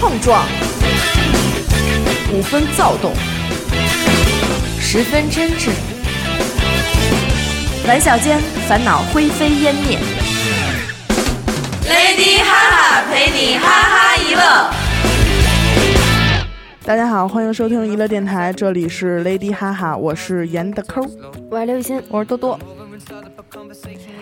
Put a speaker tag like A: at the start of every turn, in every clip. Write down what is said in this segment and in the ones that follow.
A: 碰撞，五分躁动，十分真挚。玩笑间，烦恼灰飞烟灭。
B: Lady 哈哈陪你哈哈一乐。
C: 大家好，欢迎收听娱乐电台，这里是 Lady 哈哈，我是严的抠。
D: 我是刘雨欣，
E: 我是多多。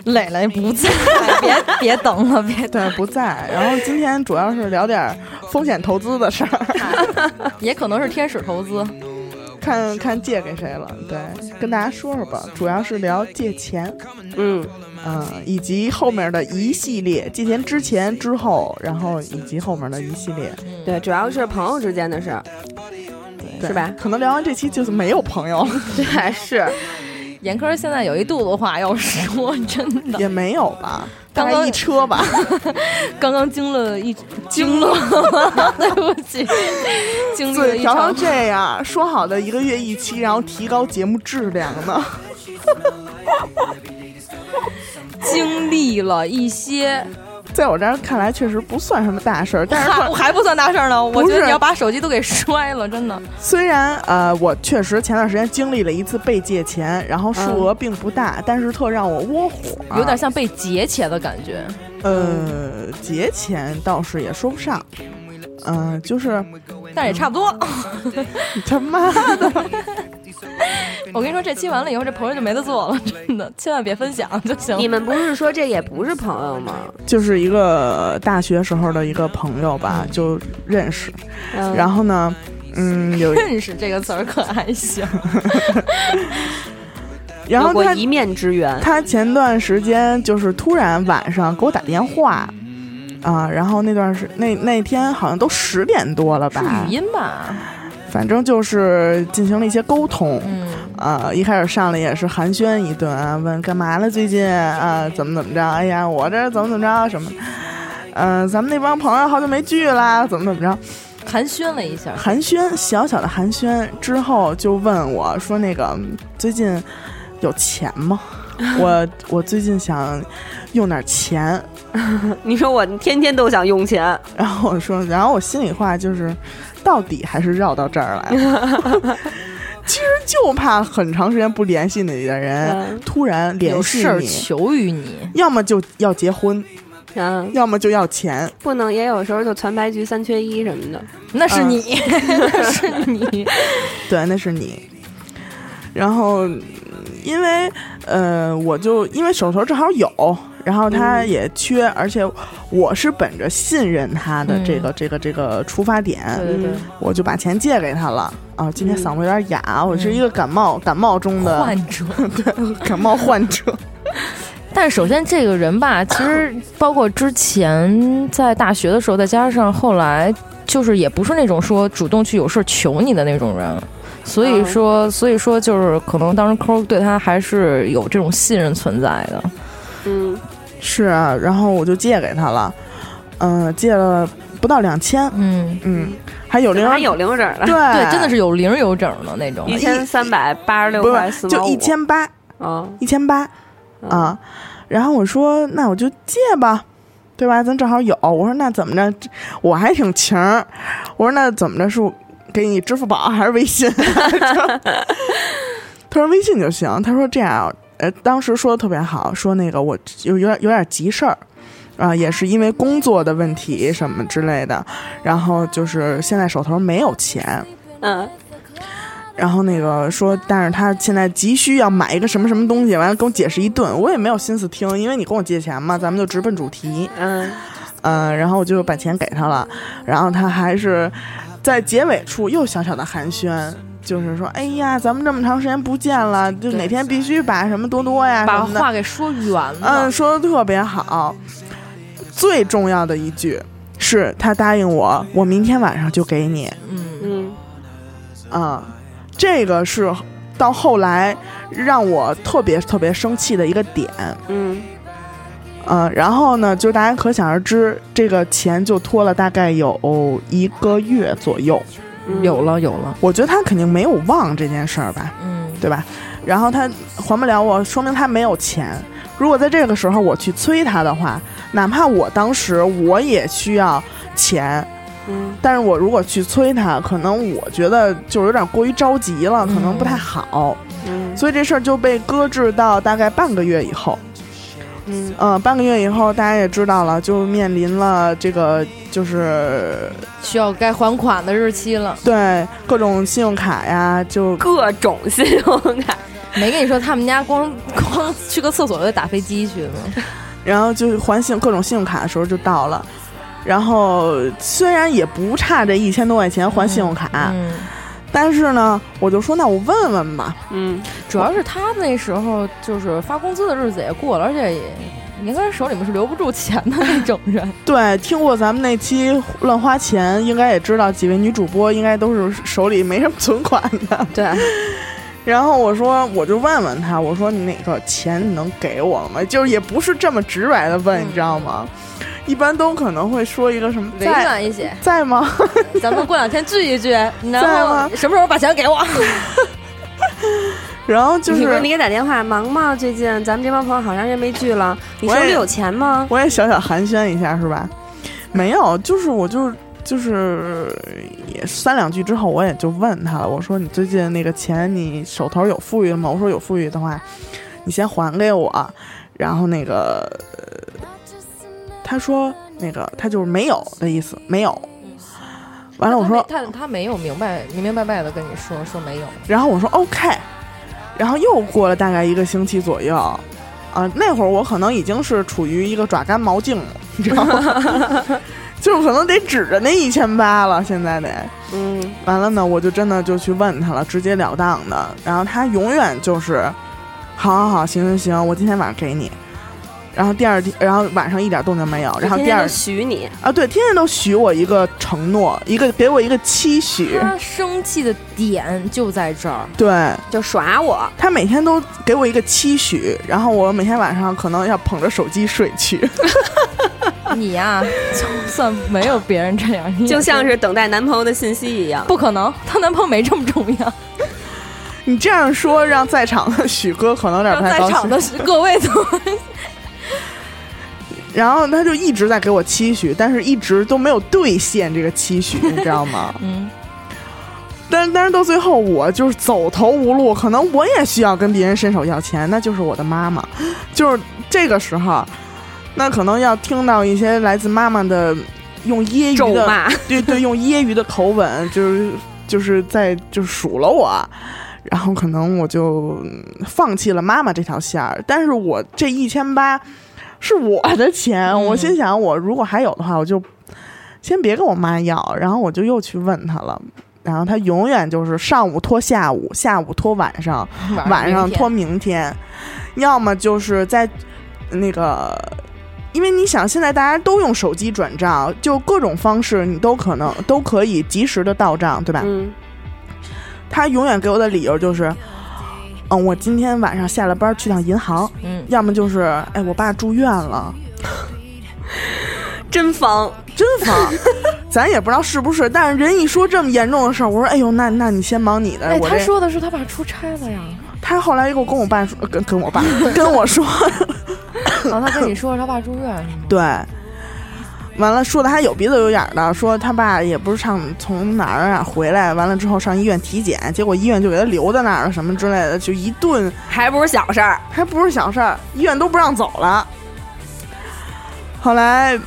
E: 磊磊不在， 别别等了， 别
C: 对，不在。然后今天主要是聊点风险投资的事儿，
E: 也可能是天使投资。
C: 看看借给谁了。对，跟大家说说吧，主要是聊借钱，
D: 嗯，
C: 嗯，以及后面的一系列借钱之前、之后，然后以及后面的一系列，
D: 嗯对，主要是朋友之间的事儿，
C: 对
D: 是吧？
C: 可能聊完这期就是没有朋友了，
D: 对，是，
E: 严科现在有一肚子话要说，真的。
C: 也没有吧，大
E: 刚
C: 概
E: 刚
C: 一车吧。
E: 刚刚经了一经了， 对不起，经历了
C: 嘴
E: 一
C: 调
E: 场
C: 成这样，说好的一个月一期，然后提高节目质量呢？
E: 经历了一些，
C: 在我这儿看来，确实不算什么大事儿。但 是
E: 还
C: 可，
E: 还不算大事儿呢。我
C: 不
E: 觉
C: 是啊
E: 得你要把手机都给摔了，真的。
C: 虽然呃，我确实前段时间经历了一次被借钱，然后数额并不大，但是特让我窝火，
E: 有点像被劫钱的感觉，
C: 嗯呃，节前倒是也说不上，嗯、就是
E: 但是也差不多。
C: 你他妈的，
E: 我跟你说，这期完了以后，这朋友就没得做了，真的，千万别分享就行
D: 你
E: 了。
D: 们不是说这也不是朋友吗？
C: 就是一个大学时候的一个朋友吧，就认识，
D: 嗯，
C: 然后呢，嗯， 有，
E: 认识这个词儿可还 行？
C: 然后
D: 有过
C: 他
D: 一面之缘，
C: 他前段时间就是突然晚上给我打电话，啊，然后那段时那那天好像都十点多了
E: 是
C: 吧
E: 语，音吧？
C: 反正就是进行了一些沟通。
E: 嗯，
C: 啊，一开始上来也是寒暄一顿啊，问干嘛呢最近啊，怎么怎么着？哎呀，我这怎么怎么着什么的？嗯、咱们那帮朋友好久没聚啦，怎么怎么着？
E: 寒暄了一下，
C: 寒暄，小小的寒暄之后，就问我说：“那个最近有钱吗？ 我我最近想用点钱。”
D: 你说我天天都想用钱，
C: 然后我说，然后我心里话就是，到底还是绕到这儿来了。 其实就怕很长时间不联系你的人、
D: 嗯
C: 突然联
E: 有
C: 系
E: 事儿
C: 你，
E: 求于你。
C: 要么就要结婚，
D: 嗯，
C: 要么就要钱。
D: 不能也有时候就全白局三缺一什么的，
E: 那是你， 那是你，
C: 对，那是你。然后，嗯因为呃，我就因为手头正好有，然后
E: 嗯
C: 他也缺，而且我是本着信任他的这个、这个这个出发点，
E: 嗯对对
C: 我就把钱借给他了。啊，今天嗓子有点哑，啊我是一个感冒感冒中
E: 对，
C: 的
E: 嗯患 者。
C: 感冒患者。
E: 但是首先这个人吧，其实包括之前在大学的时候，再加上后来，就是也不是那种说主动去有事儿求你的那种人。所以说，所以说就是可能当时抠儿对他还是有这种信任存在的。
D: 嗯，
C: 是啊，然后我就借给他了，嗯、借了不到两千，
E: 嗯，哎
C: 嗯，还有零，
D: 还有零整了
C: 对，，
E: 对，真的
C: 是
E: 是有零有整的那种
D: 一。千三百八十六
C: 不
D: 块
C: 是
D: 四
C: 就
D: 毛五，
C: 一千八，
D: 嗯，
C: 一千八啊，然后我说那我就借吧。对吧？咱正好有。我说那怎么着？这我还挺情儿。我说那怎么着是我给你支付宝啊还是微信？ 他说微信就行。他说这样，呃，当时说的特别好，说那个我有有点有点急事儿，啊、也是因为工作的问题什么之类的，然后就是现在手头没有钱，
D: 嗯，
C: 然后那个说，但是他现在急需要买一个什么什么东西，完了跟我解释一顿，我也没有心思听，因为你跟我借钱嘛，咱们就直奔主题，
D: 嗯，
C: 嗯、然后我就把钱给他了，然后他还是在结尾处又小小的寒暄。就是说，哎呀，咱们这么长时间不见了，就
E: 对
C: 哪天必须把什么多多呀
E: 哎把
C: 什么的，
E: 话给说圆了
C: 嗯，，说的特别好。最重要的一句是他答应我，我明天晚上就给你。
E: 嗯，
D: 嗯，
C: 啊、这个是到后来让我特别特别生气的一个点。
D: 嗯，
C: 嗯、然后呢，就大家可想而知，这个钱就拖了大概有一个月左右。
D: 嗯
E: 有，了有了，
C: 我觉得他肯定没有忘这件事儿吧，
E: 嗯，
C: 对吧？然后他还不了我，说明他没有钱。如果在这个时候我去催他的话，哪怕我当时我也需要钱，
D: 嗯
C: 但是我如果去催他，可能我觉得就是有点过于着急了，可能不太好，
D: 嗯
C: 所以这事儿就被搁置到大概半个月以后。
D: 嗯
C: 嗯、半个月以后大家也知道了，就面临了这个就是
E: 需要该还款的日期了。
C: 对各种信用卡呀，就
D: 各种信用卡，
E: 没跟你说他们家光光去个厕所就打飞机去吗？
C: 然后就还信各种信用卡的时候就到了。然后虽然也不差这一千多块钱还信用卡，
E: 嗯，
C: 但是呢，我就说那我问问吧，
D: 嗯
E: 主要是他那时候就是发工资的日子也过了，而且也应该手里面是留不住钱的那种人。
C: 对，听过咱们那期乱花钱，应该也知道几位女主播应该都是手里没什么存款的。
D: 对，
C: 然后我说，我就问问他，我说你那个钱你能给我吗？就是也不是这么直白的问，
E: 嗯
C: 你知道吗？一般都可能会说一个什么
E: 委
C: 在
E: 婉一些，
C: 在吗？
E: 咱们过两天聚一聚，
C: 在
E: 然
C: 吗
E: 后什么时候把钱给我？
C: 然后就
D: 你说
C: 是
D: 你给打电话忙吗？最近咱们这帮朋友好长时间没聚了，你手
C: 我
D: 里
C: 也
D: 有钱吗？
C: 我也小小寒暄一下是吧？没有，就是我就就是也三两句之后，我也就问他了，我说你最近那个钱你手头有富裕吗？我说有富裕的话，你先还给我。然后那个、呃他说那个他就是没有的意思，没有。完了我说，
E: 他没他他没有明白明明白白的跟你说说没有，
C: 然后我说 OK，然后又过了大概一个星期左右，啊、那会儿我可能已经是处于一个爪干毛净了，你知道吗？就是可能得指着那一千八了，现在得。
D: 嗯
C: 完了呢，我就真的就去问他了，直截了当的。然后他永远就是，好好好，行行行，我今天晚上给你。然后第二天，然后晚上一点动静没有。然后
D: 天
C: 第
D: 天
C: 二
D: 都许你，
C: 啊，对，天天都许我一个承诺，一个给我一个 期许。
E: 他生气的点就在这儿。
C: 对，
D: 就耍我，
C: 他每天都给我一个期许，然后我每天晚上可能要捧着手机睡去。
E: 你呀、就算没有别人这样，你也
D: 就像是等待男朋友的信息一样。
E: 不可能，她男朋友没这么重要。
C: 你这样说，让在场的许哥可能有点不
E: 在
C: 太高
E: 场
C: 兴。
E: 的各位都？
C: 然后他就一直在给我期许，但是一直都没有兑现这个期许，你知道吗
E: 嗯。
C: 但但是到最后，我就是走投无路，可能我也需要跟别人伸手要钱，那就是我的妈妈。就是这个时候，那可能要听到一些来自妈妈的用揶揄
D: 咒
C: 的
D: 骂，
C: 对对，用揶揄的口吻，就是就是在就是数落我，然后可能我就嗯放弃了妈妈这条线儿。但是我这一千八是我的钱，我心想，我如果还有的话，我就先别跟我妈要。然后我就又去问她了。然后她永远就是上午拖下午，下午拖晚上，晚上拖明天，要么就是在那个，因为你想现在大家都用手机转账，就各种方式你都可能都可以及时的到账，对吧？
D: 嗯，
C: 他永远给我的理由就是。嗯，我今天晚上下了班去趟银行，
E: 嗯，
C: 要么就是，哎，我爸住院了，
D: 真方，
C: 真 烦，咱也不知道是不是，但是人一说这么严重的事儿，我说，哎呦，那那你先忙你的，
E: 哎，
C: 我
E: 他
C: 这
E: 说的是他爸出差了呀，
C: 他后来又跟我爸说，呃跟跟我爸跟我说，
E: 然哦后他跟你说他爸住院是吗？
C: 对，完了说的还有鼻子有眼儿的，说他爸也不是上从哪儿哪儿回来，完了之后上医院体检，结果医院就给他留在那儿了，什么之类的，就一顿
D: 还不是小事儿。
C: 还不是小事儿，医院都不让走了。后来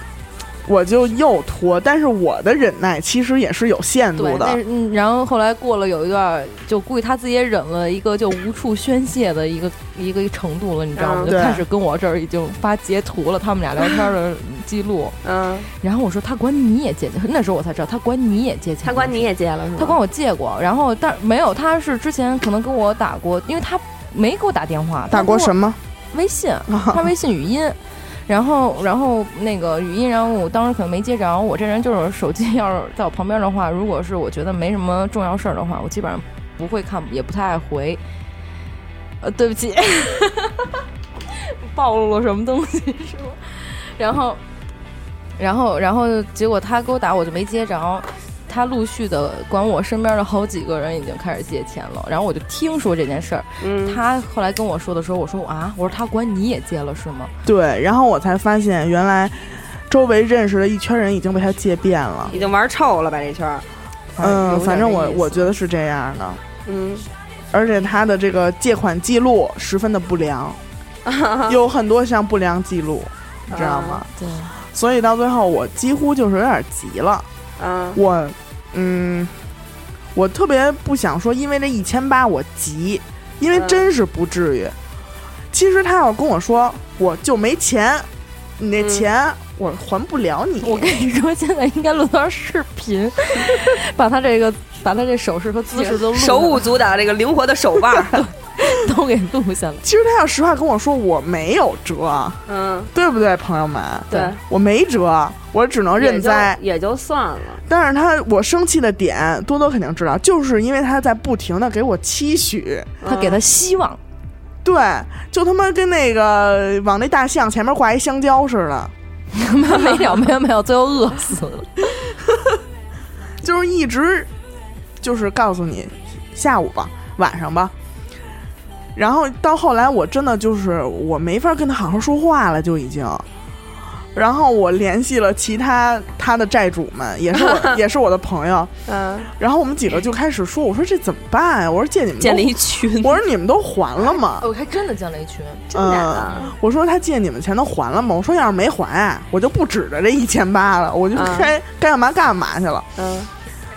C: 我就又拖，但是我的忍耐其实也是有限度
E: 对，但
C: 的。
E: 是嗯，然后后来过了有一段儿，就估计他自己也忍了一个就无处宣泄的一个一个程度了，你知道吗？
D: 嗯
E: 就
C: 对
E: 开始跟我这儿已经发截图了，他们俩聊天的记录。
D: 嗯，
E: 然后我说他管你也借钱，那时候我才知道他管你也借钱，
D: 他管你。也借了是吗？
E: 他管我借过，然后但没有，他是之前可能跟我打过，因为他没给我打电话，
C: 打过
E: 么？
C: 什么？
E: 微信， 他微信语音，然后然后那个语音，然后我当时可能没接着。我这人就是手机要是在我旁边的话，如果是我觉得没什么重要事儿的话，我基本上不会看，也不太爱回。呃，对不起， 暴露了什么东西是吗？然后，然后，然后结果他给我打，我就没接着。他陆续的管我身边的好几个人已经开始借钱了，然后我就听说这件事儿，
D: 嗯，
E: 他后来跟我说的时候，我说啊，我说他管你也借了是吗？
C: 对，然后我才发现原来。周围认识的一圈人已经被他借遍了。
D: 已经玩臭了吧这圈儿？
C: 嗯，反正我我
D: 得，
C: 觉得是这样的，
D: 嗯，
C: 而且他的这个借款记录十分的 不良，有很多项不良记录，你知道吗？
D: 啊
E: 对，
C: 所以到最后我几乎就是有点急了，
D: 嗯
C: 我嗯，我特别不想说，因为这一千八我急，因为
D: 嗯
C: 真是不至于。其实他要跟我说我就没钱，你那
D: 嗯
C: 钱我还不了你，
E: 我跟你说，现在应该录段视频， 把他这个把他这手势和姿势都录
D: 手舞足蹈，这个灵活的手腕儿，
E: 都给录下来。
C: 其实他要实话跟我说我没有辙，
D: 嗯，
C: 对不对，朋友们？
D: 对，
C: 我没辙，我只能认栽。
D: 也就也就算了，
C: 但是他我生气的点，多多肯定知道，就是因为他在不停的给我期许，
E: 他给他希望，
C: 对，就他妈跟那个往那大象前面挂一香蕉似的，
E: 没了没有没有，最后饿死了。
C: 就是一直就是告诉你下午吧，晚上吧。然后到后来，我真的就是我没法跟他好好说话了，就已经。然后我联系了其他他的债主们，也是我也是我的朋友。
D: 嗯，
C: 然后我们几个就开始说：“我说这怎么办啊呀、我说借你们都
D: 建立一群，
C: 我说你们都还了吗？
E: 我哦还真的建了一群，
D: 真假的
C: 嗯，我说他借你们钱都还了吗？我说要是没还，啊我就不指着这一千八了，我就
D: 嗯
C: 该、该干嘛干嘛去了。
D: 嗯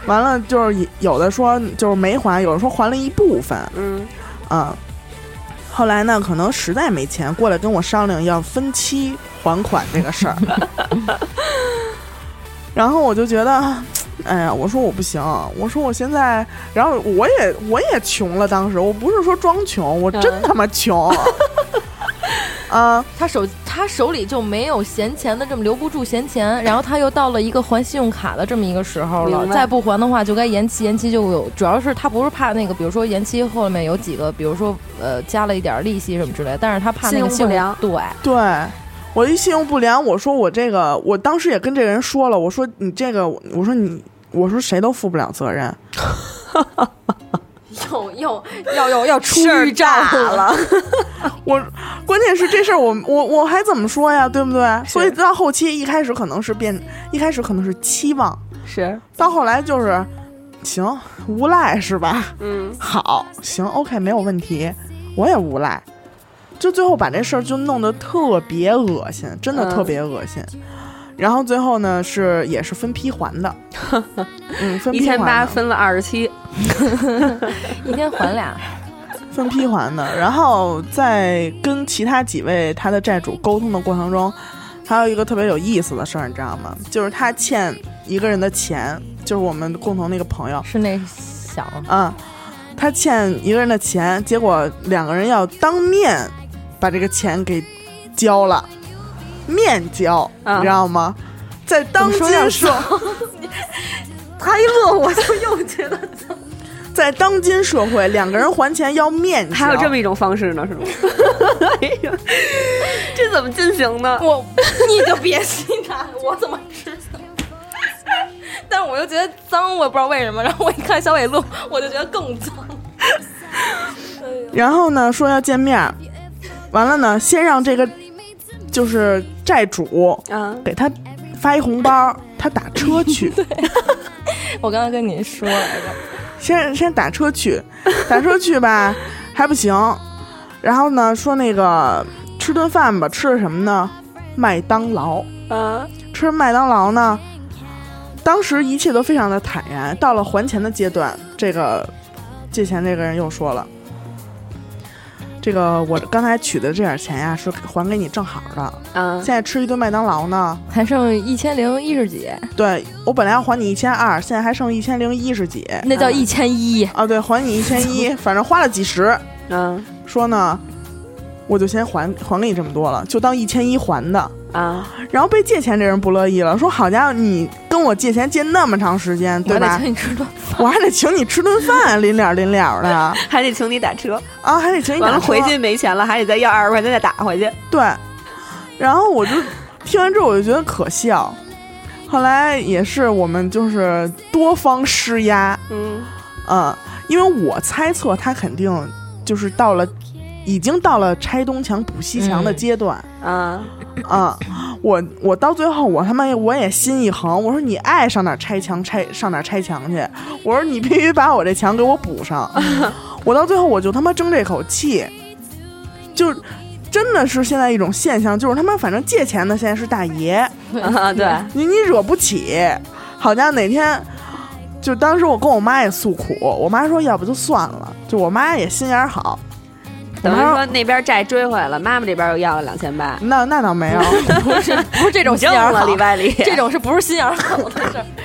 C: 完了就是有的说就是没还，有的说还了一部分，
D: 嗯
C: 嗯。后来呢，可能实在没钱，过来跟我商量要分期还款这个事儿。然后我就觉得，哎呀，我说我不行，我说我现在，然后我也我也穷了，当时我不是说装穷，我真
D: 嗯
C: 他妈穷。啊，
E: 他手他手里就没有闲钱的这么留不住闲钱，然后他又到了一个还信用卡的这么一个时候了，
D: 明白
E: 再不还的话就该延期，延期就有主要是他不是怕那个，比如说延期后面有几个，比如说呃加了一点利息什么之类的，但是他怕那个
D: 信用不良
E: 对，
C: 对，我一信用不良，我说我这个，我当时也跟这个人说了，我说你这个，我说你，我说谁都负不了责任，
E: 又又要要要出
D: 事儿
E: 预兆
D: 大了，
C: 我关键是这事儿，我我我还怎么说呀，对不对？所以到后期一开始可能是变，一开始可能是期望，
D: 是，
C: 到后来就是。行，无赖是吧？
D: 嗯，
C: 好，行，OK，没有问题，我也无赖，就最后把这事儿就弄得特别恶心，真的
D: 嗯
C: 特别恶心。然后最后呢，是也是分批还 的，嗯，分
D: 一
C: 批还
D: 千八
C: 的，
D: 分了二十七，
E: 一天还俩，
C: 分批还的。然后在跟其他几位他的债主沟通的过程中，还有一个特别有意思的事儿，你知道吗？就是他欠一个人的钱，就是我们共同那个朋友，
E: 是那小
C: 啊，他欠一个人的钱，结果两个人要当面把这个钱给交了，面交，
D: 啊
C: 你知道吗？在当今
D: 怎么说要
C: 社，
D: 他一乐哎 我就又觉得，
C: 在当今社会，两个人还钱要面交，
D: 还有这么一种方式呢，是吗？哎呦， 这怎么进行 呢？
E: 我你就别吸他，我怎么知道？但我又觉得脏，我也不知道为什么。然后我一看小伟录，我就觉得更脏。
C: 然后呢说要见面儿，完了呢先让这个就是债主
D: 啊，
C: 给他发一红包，他打车去。
E: 我刚刚跟你说来着，
C: 先先打车去，打车去吧，还不行。然后呢，说那个吃顿饭吧，吃的什么呢？麦当劳。
D: 啊，
C: 吃麦当劳呢，当时一切都非常的坦然。到了还钱的阶段，这个借钱这个人又说了。这个我刚才取的这点钱呀、是还给你正好的。
D: 啊
C: 现，在吃一顿麦当劳呢，
E: 还剩一千零一十几，
C: 对我本来要还你一千二，现在还剩一千零一十几。
E: 那叫一千一。
C: 啊，对，还你一千一，反正花了几十。
D: 啊，
C: 说呢，我就先还还给你这么多了，就当一千一还的。
D: 啊，
C: 然后被借钱这人不乐意了，说好家伙，你跟我借钱借那么长时间，
E: 我
C: 对
E: 还得
C: 吧？
E: 请你吃顿
C: 我还得请你吃顿饭，临了临 了的
D: 还得请你打车，
C: 啊，还得请你
D: 完
C: 打
D: 了
C: 车
D: 回去没钱了，还得再要二十块钱再打回去。
C: 对，然后我就听完之后我就觉得可笑。后来也是我们就是多方施压，
D: 嗯
C: 嗯，因为我猜测他肯定就是到了，已经到了拆东墙补西墙的
E: 嗯
C: 阶段，
D: 啊，
C: 啊，我我到最后我他妈我也心一横，我说你爱上哪儿拆墙拆上哪儿拆墙去，我说你必须把我这墙给我补上。我到最后我就他妈争这口气，就真的是现在一种现象，就是他妈反正借钱的现在是大爷，
D: 啊，对，
C: 你你惹不起。好家伙，哪天就当时我跟我妈也诉苦，我妈说要不就算了，就我妈也心眼儿好。
D: 等于
C: 我妈
D: 说那边债追回来了，妈妈这边又要了两千八，
C: 那那倒没有，
E: 不是不是这种心
D: 扔
E: 眼儿啊
D: 了
E: 好
D: 里外里，
E: 这种是不是心眼儿好的事儿？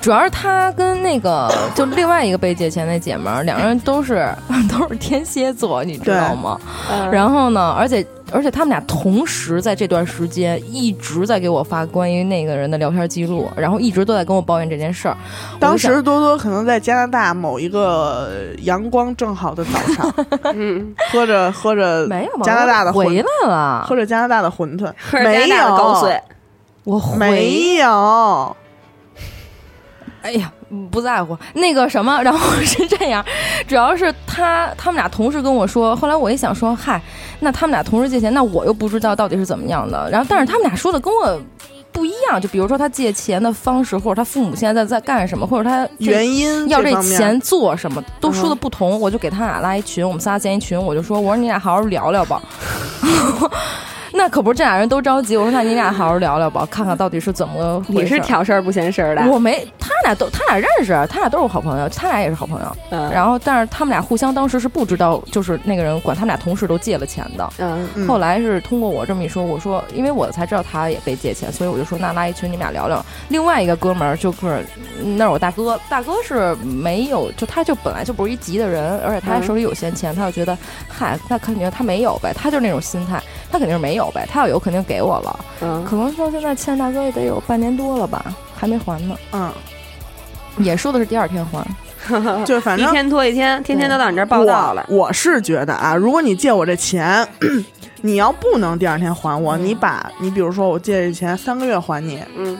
E: 主要是她跟那个就另外一个被借钱那姐们儿，两个人都是都是天蝎座，你知道吗？
D: 嗯
E: 然后呢，而且而且他们俩同时在这段时间一直在给我发关于那个人的聊天记录，然后一直都在跟我抱怨这件事儿。我就
C: 当
E: 想
C: 时多多可能在加拿大某一个呃阳光正好的早上，
D: 嗯，
C: 喝着喝着
E: 没有吧
C: 加拿大的
E: 回
C: 馄，
E: 来了
C: 喝，着加拿大的馄饨，
D: 喝着
C: 没
D: 加大
C: 有
D: 的高碎，
E: 我回
C: 没有，
E: 哎呀，不在乎那个什么，然后是这样，主要是他他们俩同时跟我说，后来我一想说，嗨，那他们俩同时借钱，那我又不知道到底是怎么样的。然后，但是他们俩说的跟我不一样，就比如说他借钱的方式，或者他父母现在在在干什么，或者他这
C: 原因
E: 要这
C: 方面
E: 钱做什么，都说的不同。我就给他俩拉一群，我们仨建一群，我就说，我说你俩好好聊聊吧。那可不是，这俩人都着急。我说，那你俩好好聊聊吧，看看到底是怎么回事。
D: 你是挑事儿不嫌事儿的，
E: 我没，他俩都他俩认识，啊他俩都是好朋友，他俩也是好朋友。
D: 嗯
E: 然后，但是他们俩互相当时是不知道，就是那个人管他们俩同事都借了钱的。
D: 嗯
C: 嗯
E: 后来是通过我这么一说，我说因为我才知道他也被借钱，所以我就说那拉一群你们俩聊聊。另外一个哥们儿就是那是我大哥，大哥是没有，就他就本来就不是一急的人，而且他
D: 嗯
E: 手里有闲钱，他就觉得嗨，那肯定他没有呗，他就是那种心态，他肯定是没有呗，他要有肯定给我了。
D: 嗯，
E: 可能到现在欠大哥也得有半年多了吧，还没还呢。
C: 嗯，
E: 也说的是第二天还，
C: 就反
D: 呃一
C: 正
D: 天拖一天，天天都到你这儿报到
C: 我
D: 了，
C: 我是觉得啊，如果你借我这钱， 你要不能第二天还我，
E: 嗯
C: 你把你比如说我借这钱三个月还你，
D: 嗯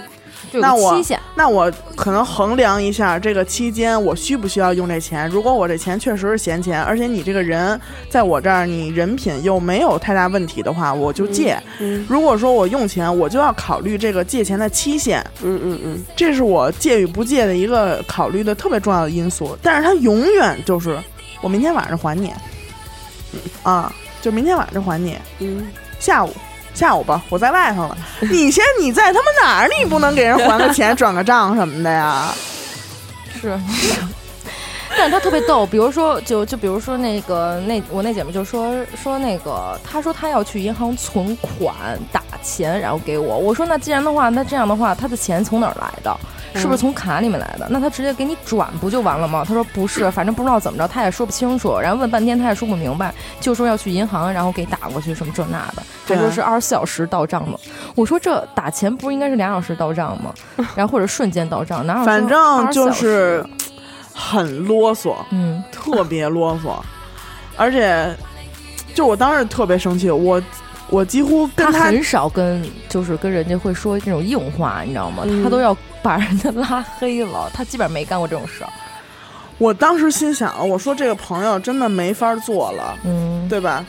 E: 就有
C: 那
E: 个
C: 我
E: 期限。
C: 那我可能衡量一下这个期间我需不需要用这钱。如果我这钱确实是闲钱，而且你这个人在我这儿你人品又没有太大问题的话，我就借。
D: 嗯
C: 如果说我用钱，我就要考虑这个借钱的期限，
D: 嗯嗯嗯，
C: 这是我借与不借的一个考虑的特别重要的因素。但是他永远就是我明天晚上还你，嗯啊，就明天晚上还你，
D: 嗯，
C: 下午。下午吧，我在外头了。你先，你在他妈哪儿？你不能给人还个钱、转个账什么的呀？
E: 是， 但是他特别逗。比如说，就就比如说那个那我那姐们就说说那个，她说她要去银行存款打钱，然后给我。我说那既然的话，那这样的话，她的钱从哪儿来的？是不
C: 嗯
E: 是从卡里面来的？那他直接给你转不就完了吗？他说不是，反正不知道怎么着，他也说不清楚，然后问半天他也说不明白，就说要去银行，然后给打过去什么这那的，还
C: 对啊
E: 说是二十四小时到账吗？我说这打钱不是应该是两小时到账 吗？然后或者瞬间到账，哪有说
C: 反正就
E: 24小
C: 是
E: 时
C: 很啰嗦，
E: 嗯，
C: 特别啰嗦，而且就我当时特别生气，我我几乎跟
E: 他
C: 他
E: 很少跟就是跟人家会说这种硬话，你知道吗？
D: 嗯
E: 他都要把人家拉黑了，他基本上没干过这种事儿。
C: 我当时心想，我说这个朋友真的没法做了，
E: 嗯，
C: 对吧？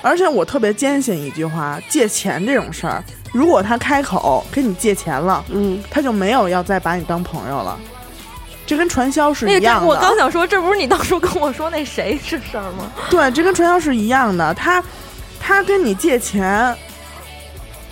C: 而且我特别坚信一句话：借钱这种事儿，如果他开口给你借钱了，
D: 嗯，
C: 他就没有要再把你当朋友了。这跟传销是
E: 那
C: 一样
E: 这
C: 的。
E: 我刚想说，这不是你当初跟我说那谁是事儿吗？
C: 对，这跟传销是一样的。他他跟你借钱，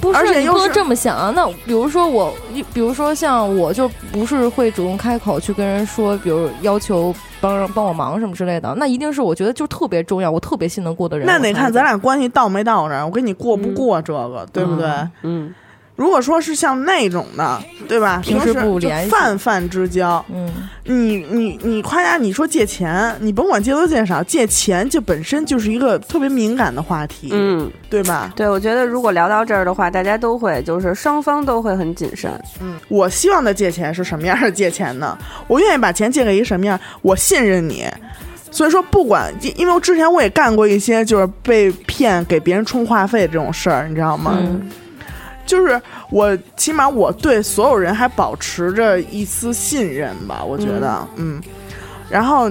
E: 不是，
C: 而且
E: 你
C: 又
E: 不能
C: 是
E: 这么想啊。那比如说我，比如说像我就不是会主动开口去跟人说，比如要求帮人帮我忙什么之类的，那一定是我觉得就特别重要，我特别信得过的人。
C: 那
E: 我才
C: 得看咱俩关系到没到这儿。我跟你过不
D: 嗯
C: 过这个，对不对？
D: 嗯，
C: 如果说是像那种的，对吧？
E: 平
C: 平
E: 时
C: 时
E: 不
C: 就
E: 联系
C: 泛泛之交，
E: 嗯，
C: 你你你夸家，你说借钱，你甭管借多借少，借钱这本身就是一个特别敏感的话题，
D: 嗯，
C: 对吧？
D: 对，我觉得如果聊到这儿的话，大家都会就是双方都会很谨慎，
C: 我希望的借钱是什么样的借钱呢？ 我愿意把钱借给一什么样，我信任你。所以说，不管因因为我之前我也干过一些就是被骗给别人充话费这种事儿，你知道吗？
E: 嗯
C: 就是我起码我对所有人还保持着一丝信任吧，我觉得，嗯。然后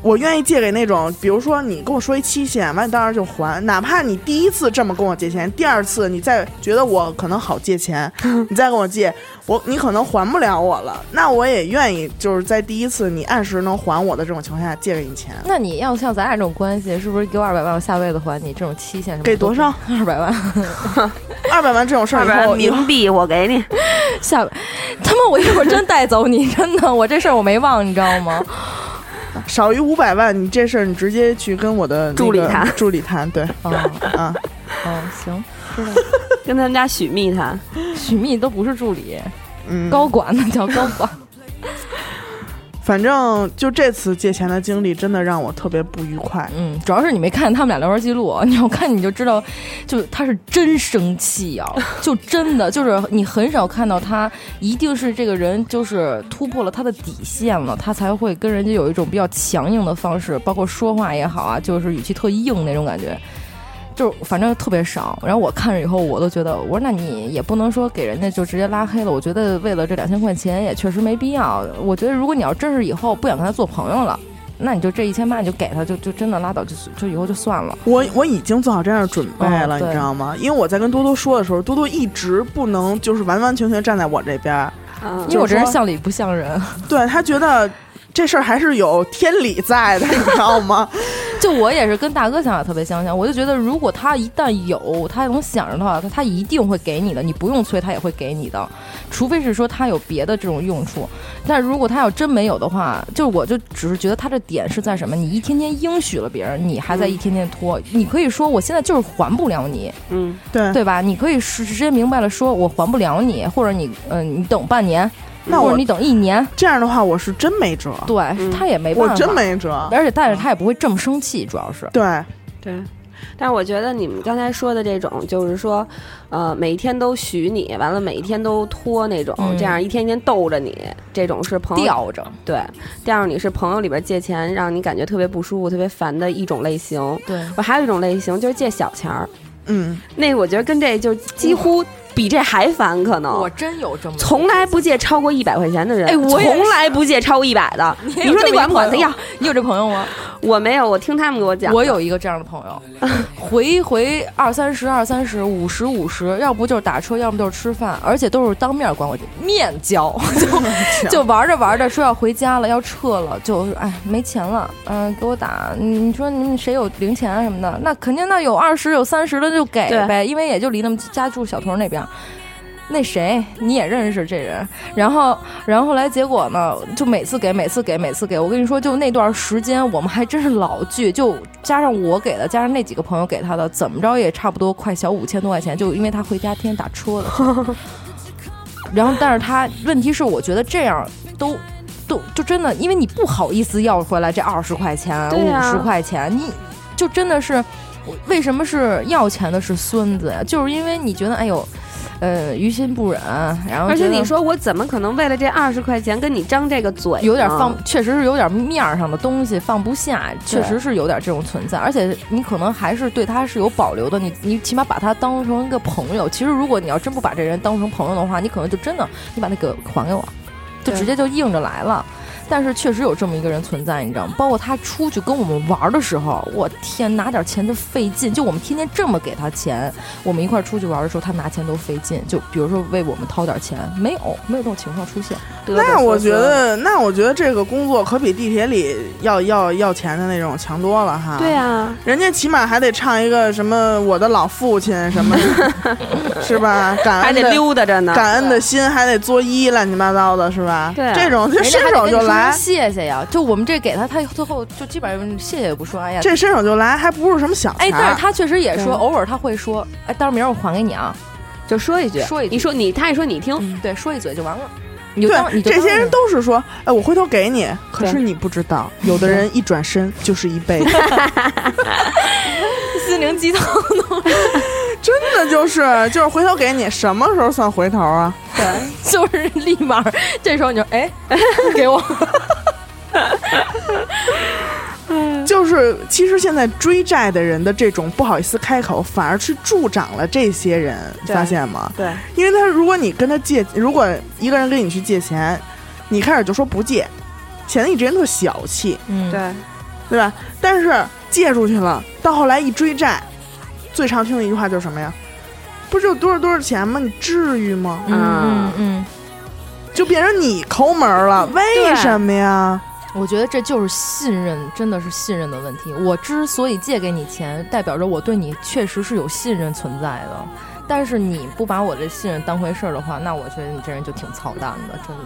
C: 我愿意借给那种，比如说你跟我说一期限，完你到时候就还，哪怕你第一次这么跟我借钱，第二次你再觉得我可能好借 钱，你再跟我借，我你可能还不了我了，那我也愿意就是在第一次你按时能还我的这种情况下借给你钱。
E: 那你要像咱俩这种关系，是不是给我二百万，我下辈子还你？这种期限什么
C: 给多少？
E: 二百万，
C: 二百万这种事儿
D: 要
C: 以
D: 不
C: 后
D: 然冥币我给你，
E: 下 他妈我一会儿真带走你， 真的，我这事儿我没忘，你知道吗？
C: 少于五百万，你这事儿你直接去跟我的那个
D: 助理谈
C: 助理谈，对
E: 哦
C: 啊，
E: 哦，行，
D: 跟他们家许蜜谈。
E: 许宓都不是助理，
C: 嗯，
E: 高管那叫高管。
C: 反正就这次借钱的经历，真的让我特别不愉快。
E: 嗯，主要是你没看他们俩聊天记录， 你要看你就知道，就他是真生气啊， 就真的就是你很少看到他，一定是这个人就是突破了他的底线了，他才会跟人家有一种比较强硬的方式，包括说话也好啊，就是语气特硬那种感觉。就是反正特别少，然后我看着以后，我都觉得，我说那你也不能说给人家就直接拉黑了。我觉得为了这两千块钱也确实没必要。我觉得如果你要真是以后不想跟他做朋友了，那你就这一千八你就给他，就就真的拉倒，就就以后就算了。
C: 我我已经做好这样的准备了，
E: 哦
C: 你
E: 对
C: 知道吗？因为我在跟多多说的时候，多多一直不能就是完完全全站在我这边儿，
D: 嗯
E: 因为我这人像理不像 人，
C: 对他觉得这事儿还是有天理在的，你知道吗？
E: 就我也是跟大哥想法特别相像。我就觉得，如果他一旦有，他能想着的话，他他一定会给你的，你不用催，他也会给你的，除非是说他有别的这种用处。但如果他要真没有的话，就我就只是觉得他这点是在什么？你一天天应许了别人，你还在一天天拖。你可以说我现在就是还不了你，
D: 嗯，
C: 对，
E: 对吧？你可以是直接明白了说我还不了你，或者你嗯、呃你等半年，
C: 那
E: 或者
C: 我
E: 你等一年，
C: 这样的话，我是真没辙，
E: 对、
D: 嗯
E: 他也没办
C: 我
E: 法，
C: 真没辙。
E: 而且但是他也不会这么生气，主要是
C: 对，
D: 对。但是我觉得你们刚才说的这种，就是说，呃，每一天都许你，完了每一天都拖那种，
E: 嗯
D: 这样一天一天逗着你，这种是朋友
E: 吊着。
D: 对，吊着你是朋友里边借钱，让你感觉特别不舒服、特别烦的一种类型。
E: 对，
D: 我还有一种类型就是借小钱儿，
C: 嗯，
D: 那个我觉得跟这就几乎比这还烦，可能。
E: 我真有这么
D: 从来不借超过一百块钱的人，
E: 哎我也是
D: 从来不借超过一百 的。你
E: 也有
D: 说
E: 这么
D: 你
E: 一
D: 管不管他
E: 朋友
D: 要？
E: 你有这朋友吗？
D: 我没有，我听他们给我讲。
E: 我有一个这样的朋友，回回二三十、二三十、五十、五十，要不就是打车，要么就是吃饭，而且都是当面管我面交， 就就玩着玩着说要回家了，要撤了，就哎没钱了，嗯、给我打，你说你谁有零钱啊什么的？那肯定那有二十有三十的就给
D: 对
E: 呗，因为也就离他们家住小屯那边。那谁你也认识这人，然后，然后后来结果呢，就每次给，每次给，每次给。我跟你说，就那段时间，我们还真是老聚，就加上我给的，加上那几个朋友给他的，怎么着也差不多快小五千多块钱，就因为他回家天天打车的。 然后，但是他问题是，我觉得这样都。都就真的，因为你不好意思要回来这二十块钱、
D: 对啊
E: 五
D: 呀
E: 十、块钱，你就真的是，我为什么是要钱的是孙子呀？就是因为你觉得，哎呦，呃，于心不忍，然后
D: 而且
E: 觉得
D: 你说我怎么可能为了这二十块钱跟你张这个嘴？
E: 有点放，，确实是有点面儿上的东西放不下，确实是有点这种存在。而且你可能还是对他是有保留的，你你起码把他当成一个朋友。其实如果你要真不把这人当成朋友的话，你可能就真的你把他给还给我，就
D: 对
E: 直接就硬着来了。但是确实有这么一个人存在，你知道吗？包括他出去跟我们玩的时候，我天，拿点钱就费劲。就我们天天这么给他钱，我们一块儿出去玩的时候，他拿钱都费劲。就比如说为我们掏点钱，没有，没有这种情况出现。
D: 嘚嘚
C: 那我
D: 瑟瑟
C: 觉得，那我觉得这个工作可比地铁里要要要钱的那种强多了哈。
D: 对啊，
C: 人家起码还得唱一个什么我的老父亲什么， 是吧？感
D: 还
C: 恩
D: 得
C: 的
D: 溜达着呢。
C: 感恩的心，还得作揖，乱七八糟的，是吧？
D: 对
C: 这种就
E: 人家
C: 伸
E: 还得
C: 手
E: 跟
C: 就
E: 你说声
C: 来，
E: 谢谢呀。就我们这给他，他最后就基本上谢谢也不说，哎呀。
C: 这伸手就来，还不是什么小
E: 哎，
C: 茬
E: 但
C: 儿
E: 是他确实也说，
D: 对
E: 偶尔他会说，哎，到时候明儿我还给你啊。
D: 就说一句，
E: 说一句
D: 你说你，他一说你听，
E: 嗯，对，说一嘴就完了。你就当你
C: 对，
E: 就
C: 这
E: 当
C: 些人
E: 是
C: 都是说，哎，我回头给你，可
D: 对
C: 是你不知道，有的人一转身就是一辈子，
E: 心灵鸡汤。
C: 真的就是就是回头给你，什么时候算回头啊？
E: 就是立马儿，这时候你就哎， 给我。
C: 就是其实现在追债的人的这种不好意思开口，反而是助长了这些人，你
D: 对
C: 发现吗？
D: 对，
C: 因为他如果你跟他借，如果一个人跟你去借钱，你开始就说不借，显得你这人特小气。
E: 嗯，
D: 对，
C: 对吧？但是借出去了，到后来一追债，最常听的一句话就是什么呀？不是有多少多少钱吗？你至于吗？啊
E: 嗯嗯
C: 就变成你抠门儿了，为什么呀？
E: 嗯，我觉得这就是信任，真的是信任的问题。我之所以借给你钱，代表着我对你确实是有信任存在的。但是你不把我这信任当回事儿的话，那我觉得你这人就挺操蛋的，真的。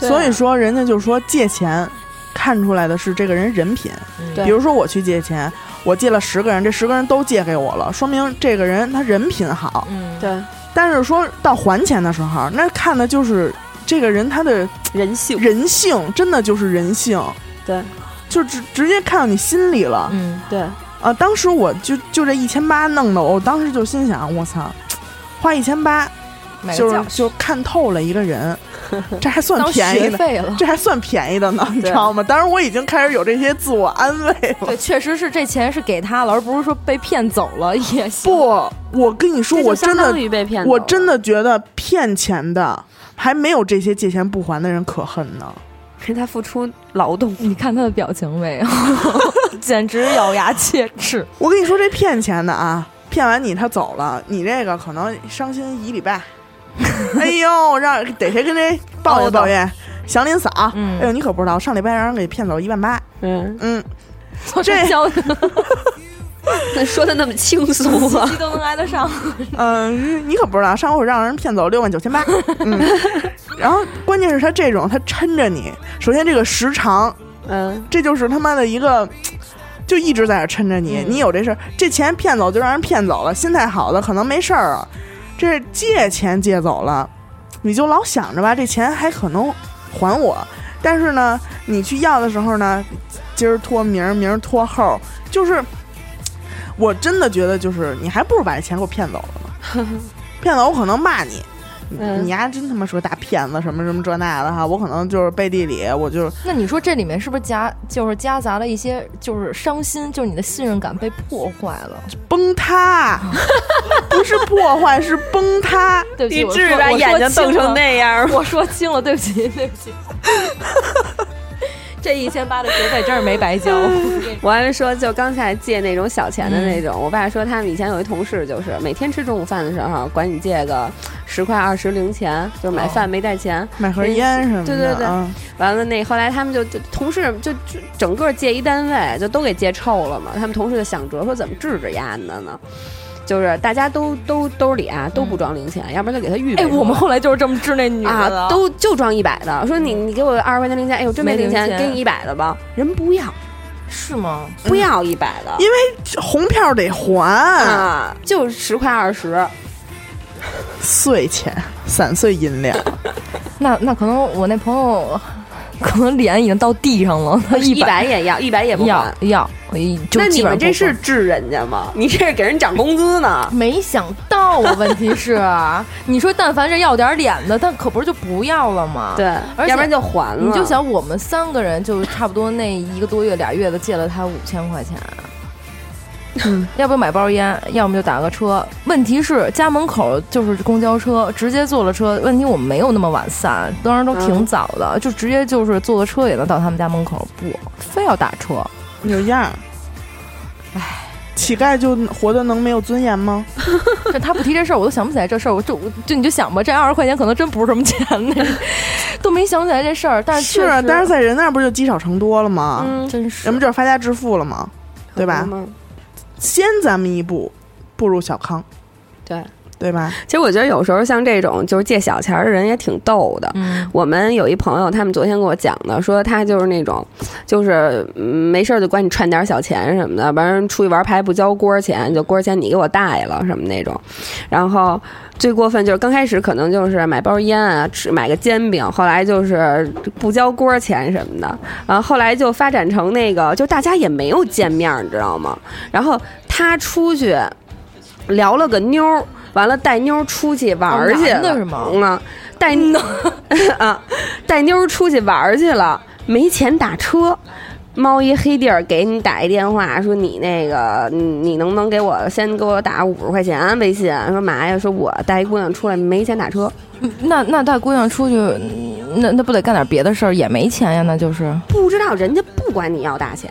D: 对
C: 所以说，人家就说借钱看出来的是这个人人品。
E: 嗯
D: 对
C: 比如说我去借钱，我借了十个人，这十个人都借给我了，说明这个人他人品好。
E: 嗯，
D: 对
C: 但是说到还钱的时候，那看的就是这个人他的
D: 人性，
C: 人性，真的就是人性，
D: 对
C: 就直直接看到你心里了。
E: 嗯，
D: 对，
C: 啊，当时我就就这一千八弄的，我当时就心想，我操，花一千八
E: 买
C: 就
E: 个
C: 是
E: 教
C: 就看透了一 个人，这还算
E: 当
C: 便宜
E: 学
C: 的，
E: 费 了。
C: 这还算便宜的呢，你知
D: 对
C: 道吗？当然我已经开始有这些自我安慰了。
E: 对，确实是这钱是给他了，而不是说被骗走了也行。
C: 不，我跟你说，
D: 这就
C: 我真
D: 相
C: 的
D: 当于被骗走了，
C: 我真的觉得骗钱的还没有这些借钱不还的人可恨呢。
D: 给他付出劳动，
E: 你看他的表情没有， 简直咬牙切齿。
C: 我跟你说，这骗钱的啊，骗完你他走了，你这个可能伤心一 礼拜。哎呦，让得谁跟谁抱怨抱怨，祥林嫂，
E: 嗯
C: 哎呦，你可不知道，上礼拜让人给骗走一万八，
D: 嗯，
C: 嗯，
E: 做
C: 这
E: 交的
D: 说的那么轻松啊，
E: 息都能挨得 上。
C: 嗯，你可不知道，上回我让人骗走六万九千八， 嗯，然后关键是他这种，他抻着你，首先这个时长，
D: 嗯，
C: 这就是他妈的一个。就一直在这抻着你，
E: 嗯
C: 你有这事儿，这钱骗走就让人骗走了，心态好的可能没事儿啊，这借钱借走了，你就老想着吧，这钱还可能还我，但是呢，你去要的时候呢，今儿拖明儿，明儿拖后儿，就是我真的觉得就是你还不如把这钱给我骗走了呢，骗走我可能骂你。你
D: 嗯
C: 你丫真他妈是个大骗子，什么什么这那的哈，我可能就是背地里，我就
E: 那你说这里面是不是夹就是夹杂了一些就是伤心，就是你的信任感被破坏了？
C: 崩塌，不是破坏，是崩塌。
E: 对不起，我
D: 至于
E: 说
D: 把
E: 我说
D: 眼睛瞪
E: 轻
D: 成
E: 了
D: 那样吗？
E: 我说清了，对不起，对不起。 这一千八的学费真是没白交。
D: 我还是说，就刚才借那种小钱的
C: 嗯
D: 那种，我爸说他们以前有一同事，就是每天吃中午饭的时候，管你借个十块二十零钱，就是买饭没带钱。
C: 买盒烟什么的，
D: 对对对
C: 嗯
D: 完了那后来他们就就同事就就整个借一单位，就都给借臭了嘛。他们同事就想辙说怎么治治丫的呢？就是大家都都兜里啊都不装零钱，要不然就给他预备
E: 哎，
D: 出来。
E: 我们后来就是这么治那女的
D: 啊，都就装一百的，说你你给我二十块钱零钱，哎呦真嗯没
E: 没
D: 零钱，嗯
E: 零钱
D: 给你一百的吧，人不要
E: 是吗？
D: 不要一百的，
C: 因这红票得还，
D: 啊就十块二 十，
C: 碎钱，散碎银两。
E: 那那可能我那朋友 可能脸已经到地上了，他一
D: 一百也要，一百也不
E: 要
D: 还。
E: 要，我一就
D: 那
E: 基
D: 你
E: 本上
D: 们这
E: 不
D: 是
E: 还
D: 治人家吗？你这是给人涨工资呢？
E: 没想到啊！问题是，啊 你说但凡是要点脸的，但可不是就不要了吗？
D: 对，
E: 而且
D: 要不然就还了。
E: 你就想我们三个人就差不多那一个多月俩月的借了他五千块 钱，
C: 嗯
E: 要不买包烟，要么就打个车。问题是家门口就是公交车，直接坐了车。问题我们没有那么晚散，当时都
C: 嗯
E: 挺早的，就直接就是坐个车也能到他们家门口，不非要打车。
C: 有样儿。乞丐就活得能没有尊严吗？
E: 这他不提这事儿，我都想不起来这事儿。我就我就你就想吧，这二十块钱可能真不是什么钱呢， 都没想起来这事儿。但
C: 是
E: 确
C: 啊，
E: 实
C: 但是在人那儿不就积少成多了吗？
D: 嗯，
E: 真是
C: 人不就是发家致富了吗？对吧
D: 好吗？
C: 先咱们一步步入小康，
D: 对。
C: 对吧？
D: 其实我觉得有时候像这种就是借小钱儿的人也挺逗的。
E: 嗯
D: 我们有一朋友，他们昨天跟我讲的，说他就是那种，就是嗯没事儿就管你串点小钱什么的，完人出去玩牌不交锅儿钱，就锅儿钱你给我带了什么那种。然后最过分就是刚开始可能就是买包烟啊，吃买个煎饼，后来就是不交锅儿钱什么的，然后后来就发展成那个，就大家也没有见面儿，你知道吗？然后他出去聊了个妞儿。完了，带妞儿出去玩儿去
E: 哦男的
D: 了
E: 是吗
D: 嗯啊，带妞 啊，带妞儿出去玩儿去了，没钱打车。猫一黑地儿给你打一电话，说你那个你你能不能给我先给我打五十块钱微信？说嘛呀？说我带一姑娘出来没钱打车，
E: 那那带姑娘出去，那那不得干点别的事儿，也没钱呀？那就是
D: 不知道人家不管你要大钱，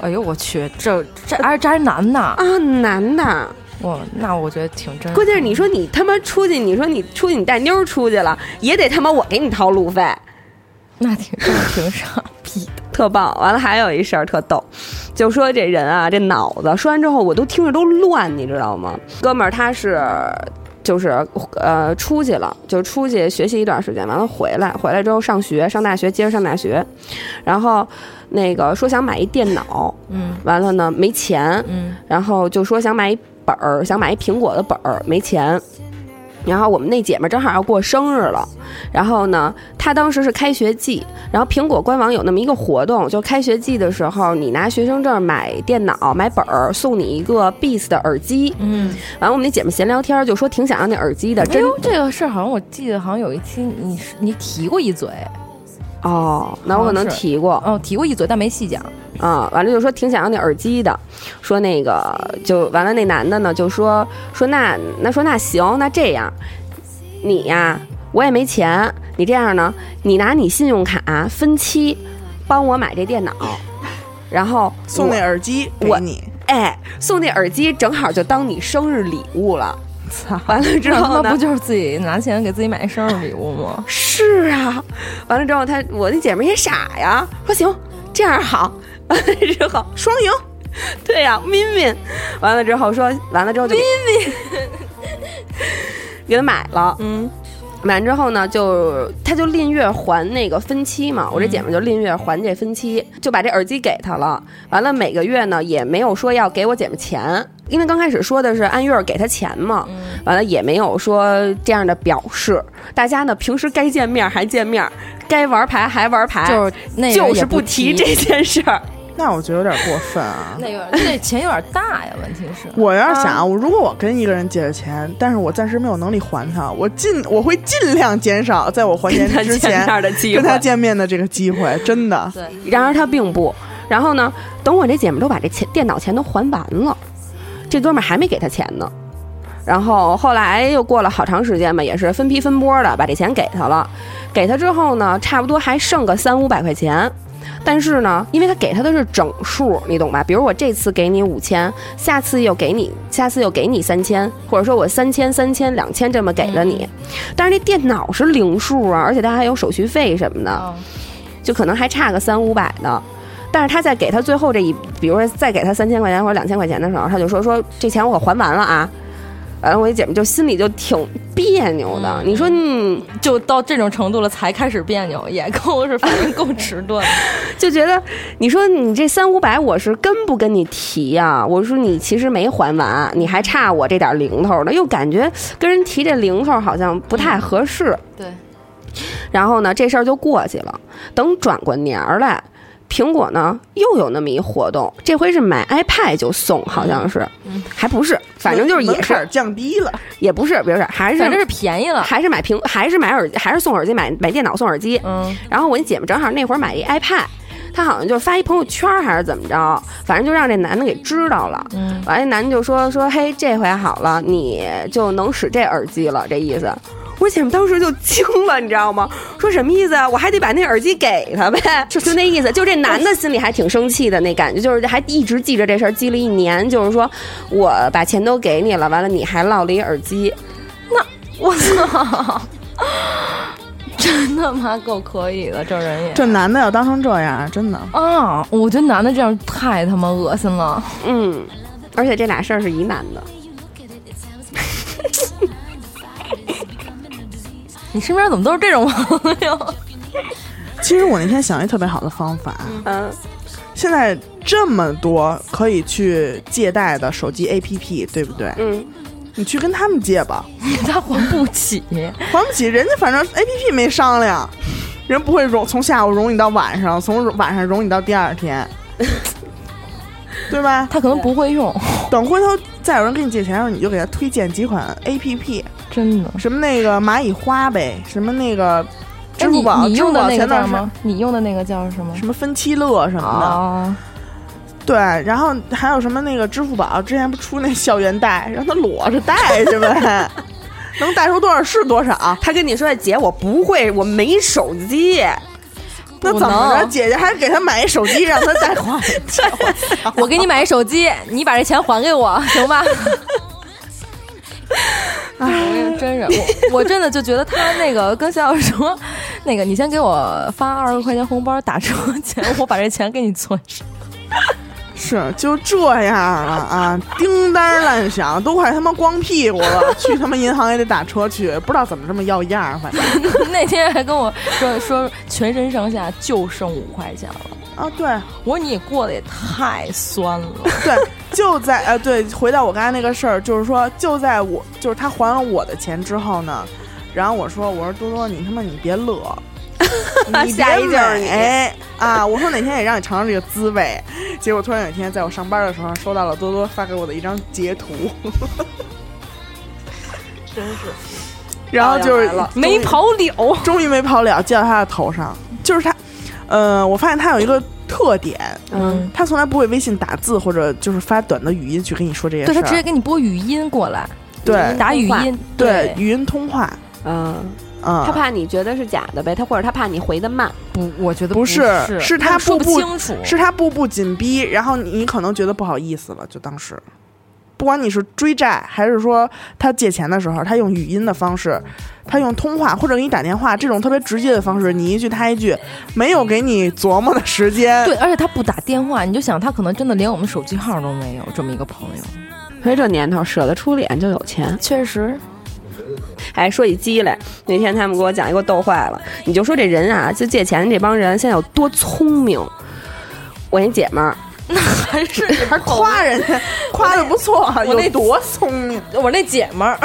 E: 哎呦我去，这这还是渣男呐！
D: 啊，男的。
E: 我那我觉得挺真。
D: 关键是你说你他妈出去，你说你出去，你带妞儿出去了，也得他妈我给你掏路费，
E: 那挺真的挺 傻逼的。
D: 特棒。完了还有一事儿特逗，就说这人啊，这脑子说完之后，我都听着都乱，你知道吗？哥们儿他是就是呃出去了，就出去学习一段时间，完了回来，回来之后上学，上大学接着上大学，然后。那个说想买一电脑，
E: 嗯
D: 完了呢没钱，
E: 嗯
D: 然后就说想买一本儿，想买一苹果的本儿，没钱。然后我们那姐们儿正好要过生日了，然后呢，她当时是开学季，然后苹果官网有那么一个活动，就开学季的时候，你拿学生证买电脑、买本儿，送你一个 Beats 的耳机。
E: 嗯。
D: 完了，我们那姐们儿闲聊天儿就说挺想要那耳机的，
E: 哎
D: 真
E: 呦，这个事儿好像我记得，好像有一期你是你提过一嘴，
D: 哦，那我可能
E: 好像是
D: 提过，
E: 哦，提过一嘴，但没细讲。
D: 啊，完了就说挺想要那耳机的，说那个就完了，那男的呢就说说那那说那行，那这样，你呀、我也没钱，你这样呢，你拿你信用卡分期帮我买这电 脑，然后
C: 送
D: 我
C: 那耳机给
D: 我
C: 你，
D: 哎送那耳机正好就当你生日礼物了，
C: 操！
D: 完了之
E: 那
D: 后呢
E: 他妈不就是自己拿钱给自己买生日礼物吗？
D: 是啊，完了之后他我那姐们儿也傻呀，说行这样好，完了之后双赢， 对呀、敏敏，完了之后说完了之后就敏敏 给他买了，
C: 嗯，
D: 买完之后呢，就他就吝月还那个分期嘛，我这姐们儿就吝月还这分期，就把这耳机给他了。完了每个月呢也没有说要给我姐们儿钱，因为刚开始说的是按月儿给他钱嘛，完了也没有说这样的表示。大家呢平时该见面儿还见面儿，该玩牌还玩牌，
E: 就是那个
D: 哎就
E: 也
D: 是不
E: 提
D: 提这件事儿。
C: 那我觉得有点过分啊。
E: 那个那钱有点大呀，问题是。
D: 嗯
C: 我要是想啊，我如果我跟一个人借了钱，但是我暂时没有能力还他，我尽我会尽量减少在我还钱
D: 跟他
C: 之
D: 见
C: 前
D: 面儿的机
C: 跟他
D: 会。
C: 见面的这个机会，真的。
D: 然而他并不。然后呢，等我这姐们都把这钱电脑钱都还完了，这哥们儿还没给他钱呢。然后后来又过了好长时间吧，也是分批分波的把这钱给他了。给他之后呢，差不多还剩个三五百块钱。但是呢，因为他给他的是整数，你懂吧？比如我这次给你五千，下次又给你，下次又给你三千，或者说我三千、三千、两千这么给了你。但是那电脑是零数啊，而且他还有手续费什么的。
E: 啊，
D: 就可能还差个三五百呢。但是他在给他最后这一，比如说再给他三千块钱或者两千块钱的时候，他就说说这钱我可还完了啊。完了，我一姐们就心里就挺别扭的。
E: 嗯
D: 你说你
E: 就到这种程度了才开始别扭，也够是反正够迟钝的。
D: 就觉得，你说你这三五百我是跟不跟你提呀、我说你其实没还完，你还差我这点零头呢，又感觉跟人提这零头好像不太合适。
E: 嗯对，
D: 然后呢，这事儿就过去了。等转过年儿来，苹果呢又有那么一活动，这回是买 iPad 就送，好像是，
E: 嗯
D: 还不是，反正就是也
C: 门槛
D: 是
C: 儿降低了，
D: 也不是，比如说还 是
E: 反正是便宜了。
D: 还是买苹还是买耳还是送耳机买买电脑送耳机。
E: 嗯，
D: 然后我那姐们正好那会儿买一 iPad，她好像就是发一朋友圈儿还是怎么着，反正就让这男的给知道了。
E: 嗯
D: 完，那男的就说说，嘿，这回好了，你就能使这耳机了，这意思。我姐们当时就惊了，你知道吗？说什么意思啊？我还得把那耳机给他呗， 就那意思。就这男的心里还挺生气的，那感觉就是还一直记着这事儿，记了一年。就是说我把钱都给你了，完了你还落了一耳机，
E: 我操，真他妈够可以的，这人也。
C: 这男的要当成这样，真的。
E: 啊，我觉得男的这样太他妈恶心了。
D: 嗯，而且这俩事儿是一男的。
E: 你身边怎么都是这种朋友？
C: 其实我那天想一特别好的方法，啊
D: 嗯，
C: 现在这么多可以去借贷的手机 APP，对不对？
D: 嗯，
C: 你去跟他们借吧，
E: 他还不起，
C: 还不起，人家反正 APP 没商量，人不会容从下午容你到晚上，从晚上容你到第二天，对吧？
E: 他可能不会用，
C: 等回头再有人跟你借钱的时候，你就给他推荐几款 APP，
E: 真的。
C: 什么那个蚂蚁花呗，什么那个
E: 哎
C: 支
E: 你
C: 付宝，
E: 你
C: 支
E: 用
C: 付
E: 的
C: 宝
E: 那个
C: 前
E: 叫
C: 段
E: 什
C: 时间
E: 么？你用的那个叫什么？
C: 什么分期乐什么的，
E: 哦，
C: 对，然后还有什么那个支付宝之前不出那校园贷，让他裸着贷去 呗，能贷出多少是多少。
D: 他跟你说姐，我不会，我没手机。
C: 那
E: 不
C: 怎么着？
E: 能
C: 姐姐还给他买一手机，让他再还。
E: 我给你买一手机， 你把这钱还给我，行 吧？哎，我跟你真是，我我真的就觉得他那个跟小小说，那个你先给我发二十块钱红包打车钱，我把这钱给你存 上。
C: 是，就这样了啊！叮当乱响，都快他妈光屁股了，去他妈银行也得打车去，不知道怎么这么要样儿，反正
E: 那天还跟我说说全身上下就剩五块钱了，
C: 啊，对
E: 我说你过得也太酸了。
C: 对，就在呃，对，回到我刚才那个事儿，就是说，就在我就是他还了我的钱之后呢，然后我说，我说多多，你他妈你别乐，你
D: 下
C: 别
D: 一就是你
C: 美啊！我说哪天也让你尝尝这个滋味。结果突然有一天，在我上班的时候，收到了多多发给我的一张截图，真是。然后就是
E: 没跑了，
C: 终于没跑了，接到他的头上。就是他，呃，我发现他有一个特点，
D: 嗯，
C: 他从来不会微信打字或者就是发短的语音去跟你说这些事
E: 对
C: 儿，
E: 他直接给你播语音过来，
C: 对
E: 打语
D: 通话
E: 音，
C: 对语音通话，
D: 嗯，
C: 嗯，
D: 他怕你觉得是假的呗，他或者他怕你回的慢，
E: 不，我觉得
C: 不
E: 是，
C: 是是他
E: 说
C: 步
E: 不
C: 步
E: 清楚，
C: 是他步步紧逼，然后你可能觉得不好意思了，就当时。不管你是追债，还是说他借钱的时候，他用语音的方式，他用通话或者给你打电话这种特别直接的方式，你一句他一句，没有给你琢磨的时间。
E: 对，而且他不打电话，你就想他可能真的连我们手机号都没有，这么一个朋友，
D: 所哎以这年头舍得出脸就有钱。
E: 确实，
D: 哎，说起鸡来，那天他们给我讲，一给我逗坏了。你就说这人啊，就借钱这帮人现在有多聪明。我那姐们儿，
E: 还是你们
C: 夸人家 夸的不错，
E: 那
C: 有多聪明？
E: 我那姐们儿，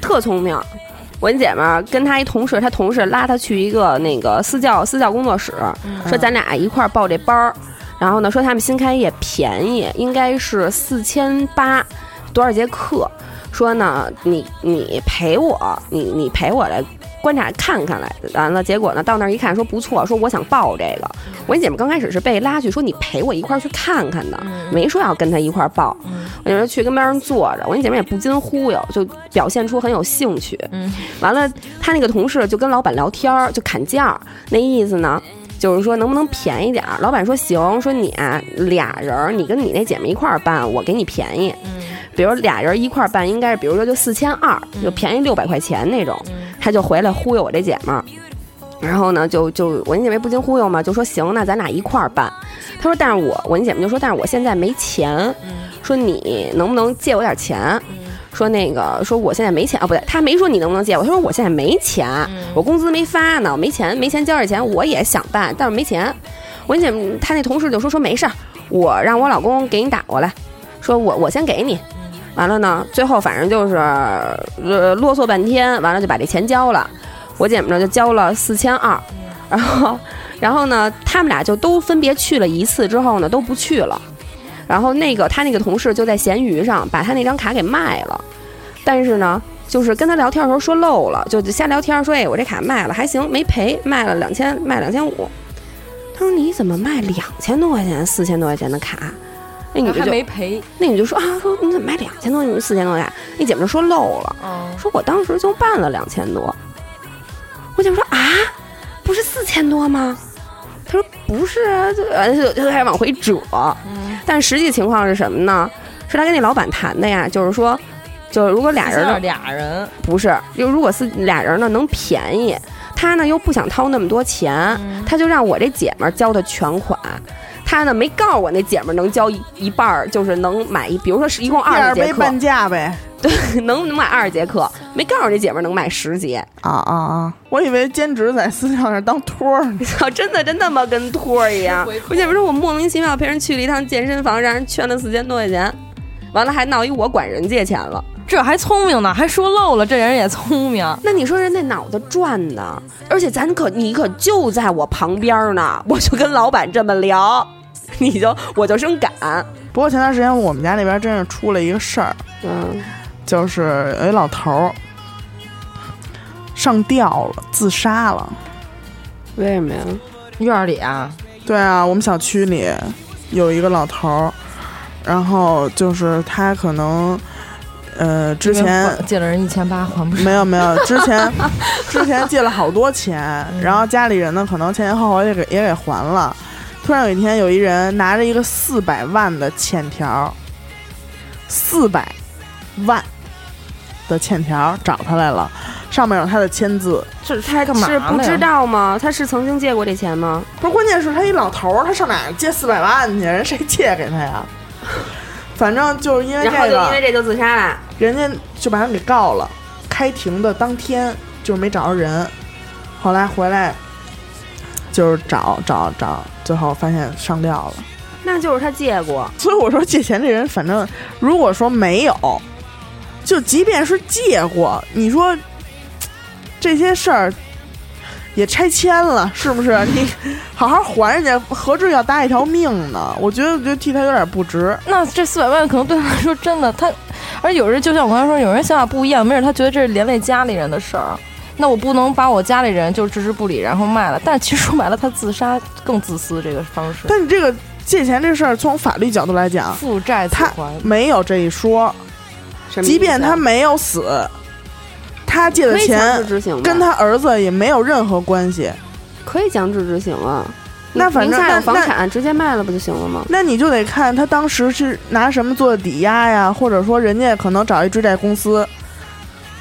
D: 特聪明。我那姐们儿跟她一同事，她同事拉她去一个那个私教私教工作室，说咱俩一块儿报这班儿。然后呢，说他们新开业便宜，应该是四千八，多少节课？说呢，你你陪我，你你陪我来观察看看来。完了，结果呢，到那儿一看，说不错，说我想报这个。我那姐们儿刚开始是被拉去，说你陪我一块儿去看看的，没说要跟她一块儿报。我就说去跟边上坐着，我那姐妹也不禁忽悠，就表现出很有兴趣。
E: 嗯，
D: 完了，她那个同事就跟老板聊天儿，就砍价儿，那意思呢，就是说能不能便宜点儿。老板说行，说你啊俩人儿，你跟你那姐妹一块儿办，我给你便宜。比如俩人一块儿办，应该是比如说就四千二，就便宜六百块钱那种。他就回来忽悠我这姐们儿，然后呢，就就我那姐妹不经忽悠嘛，就说行，那咱俩一块儿办。他说，但是我我那姐妹就说，但是我现在没钱，说你能不能借我点钱？说那个，说我现在没钱啊，不对，他没说你能不能借我，他说我现在没钱，我工资没发呢，我没钱，没钱交这钱，我也想办，但是没钱。我那姐妹她那同事就说说没事儿，我让我老公给你打过来，说我我先给你。
E: 嗯
D: 完了呢，最后反正就是呃啰嗦半天，完了就把这钱交了。我姐们呢就交了四千二，
E: 嗯
D: 然后然后呢，他们俩就都分别去了一次之后呢，都不去了。然后那个他那个同事就在闲鱼上把他那张卡给卖了，但是呢，就是跟他聊天的时候说漏了，就瞎聊天说，哎，我这卡卖了还行，没赔，卖了两千，卖两千五。他说你怎么卖两千多块钱、四千多块钱的卡？那女的
E: 还
D: 就
E: 没赔，
D: 那你就说啊，说你怎么买两千多，你四千多呀？那姐们儿说漏了，
E: 嗯，
D: 说我当时就办了两千多。我姐们儿说啊，不是四千多吗？她说不是啊，就呃就就开始往回折。但实际情况是什么呢？是她跟那老板谈的呀，就是说，就是如果俩人呢
E: 嗯俩人，
D: 不是，就如果是俩人呢能便宜，他呢又不想掏那么多钱，他就让我这姐们儿交的全款。他呢没告诉我那姐们儿能交一一半儿，就是能买一，比如说是一共
C: 第
D: 二
C: 二
D: 十节
C: 杯
D: 课，
C: 半价呗。
D: 能能买二十节课，没告诉这姐们儿能买十节。
C: 啊啊啊！我以为兼职在私教那儿当托儿呢。
D: 操，真的真他妈跟托儿一样！我姐们儿说，我莫名其妙陪人去了一趟健身房，让人圈了四千多块钱，完了还闹一我管人借钱了。
E: 这还聪明呢，还说漏了，这人也聪明，
D: 那你说人那脑子转的，而且咱可你可就在我旁边呢， 我就跟老板这么聊， 你就我就生赶，
C: 不过前段时间我们家那边真是出了一个事儿，
D: 嗯，
C: 就是有一老头儿上吊了，自杀了。
D: 为什么呀？
E: 院里啊，
C: 对啊，我们小区里有一个老头儿，然后就是他可能呃，之前
E: 借了人一千八还不上，
C: 没有没有，之 前之前借了好多钱，
D: 嗯
C: 然后家里人呢可能前前后后也给也给还了。突然有一天，有一人拿着一个四百万的欠条，四百万的欠条找他来了，上面有他的签字。
D: 这他
E: 干嘛
D: 是不
E: 呢
D: 知道吗？他是曾经借过这钱吗？
C: 不是，关键是他一老头儿，他上哪儿借四百万去？人谁借给他呀？反正就是因为这
D: 然后就
C: 个，
D: 因为这就自杀了。
C: 人家就把他们给告了。开庭的当天就是没找着人，后来回来就是找找找，最后发现上吊了。
D: 那就是他借 过，
C: 所以我说借钱这人，反正如果说没有，就即便是借过，你说嘖这些事儿也拆迁了，是不是？你好好还人家，何至要搭一条命呢？我觉得，我觉得替他有点不值。
E: 那这四百万可能对他来说真的，他而有人就像我刚才说，有人想法不一样，没准他觉得这是连累家里人的事儿。那我不能把我家里人就置之不理，然后卖了。但其实说白了，他自杀更自私这个方式，
C: 但你这个借钱这事儿，从法律角度来讲，
E: 负债自
C: 他
E: 还。
C: 没有这一说。
D: 什么意思啊
C: 即便他没有死，他借的
D: 可以强制
C: 钱
D: 执行吧，
C: 跟他儿子也没有任何关系。
D: 可以强制执行啊。
C: 那反
D: 名
C: 正
D: 下有
C: 那
D: 房
C: 那
D: 产，直接卖了不就行了吗？
C: 那你就得看他当时是拿什么做的抵押呀，或者说人家可能找一追债公司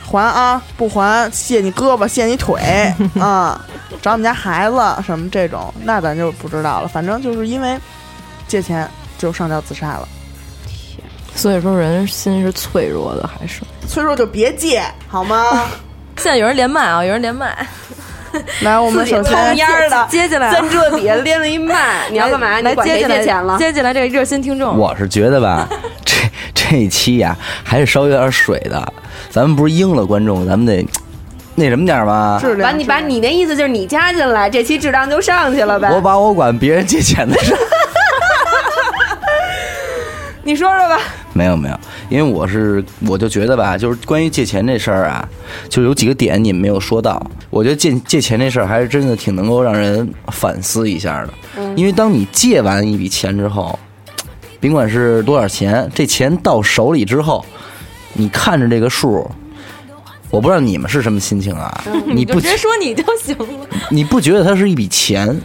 C: 还啊，不还卸你胳膊卸你腿 啊，找我们家孩子什么这种，那咱就不知道了。反正就是因为借钱就上吊自杀了，
E: 所以说人心是脆弱的，还是
C: 脆弱就别借好吗？
E: 现在有人连麦啊，有人连麦，
C: 来，我们首先
D: 儿的
E: 接进来了
D: 在这底下连了 一麦，你要干嘛？
E: 来
D: 你管
E: 接
D: 谁
E: 进来
D: 借钱了？
E: 接进来这个热心听众，
F: 我是觉得吧，这这一期呀、还是稍微有点水的。咱们不是应了观众，咱们得那什么点儿吧。
C: 质
D: 把
C: 量
D: 你把你那意思就是你加进来，这期质量就上去了呗？
F: 我把我管别人借钱的事儿
D: 你说说吧，
F: 没有没有，因为我是我就觉得吧，就是关于借钱这事儿啊，就是有几个点你们没有说到。我觉得借借钱这事儿还是真的挺能够让人反思一下的，
E: 嗯
F: 因为当你借完一笔钱之后，甭管是多少钱，这钱到手里之后，你看着这个数。我不知道你们是什么心情啊？你不
E: 直接说嗯你就行了，
F: 你不觉得它是一笔钱，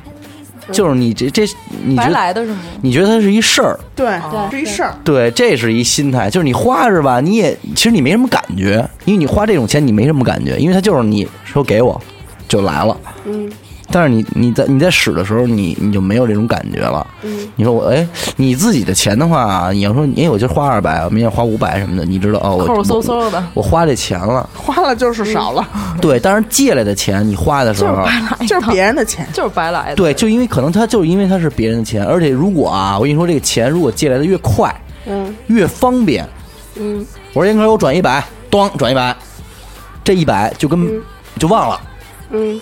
F: 就是你这这你觉
E: 嗯白
F: 得
E: 来的是吗？
F: 你觉得它是一事儿，
C: 啊对这一事儿，
F: 对，这是一心态，就是你花着吧，你也其实你没什么感觉，因为你花这种钱你没什么感觉，因为它就是你说给我就来了，嗯，但是你你在你在使的时候，你你就没有这种感觉了，嗯，你说我哎，你自己的钱的话，你要说哎我今儿花二百，我明天花五百什么的，你知道哦，我
E: 抠搜
F: 我
E: 搜的，
F: 我花这钱了，
C: 花了就是少了，
F: 对，当然借来的钱你花的时候，
C: 就是别人的钱。
E: 就是白来的。
F: 对，就因为可能他就是因为他是别人的钱，而且如果啊，我跟你说这个钱如果借来的越快，嗯，越方便，嗯，我说严哥，我转一百，咣转一百，这一百就跟、就忘了，
D: 嗯，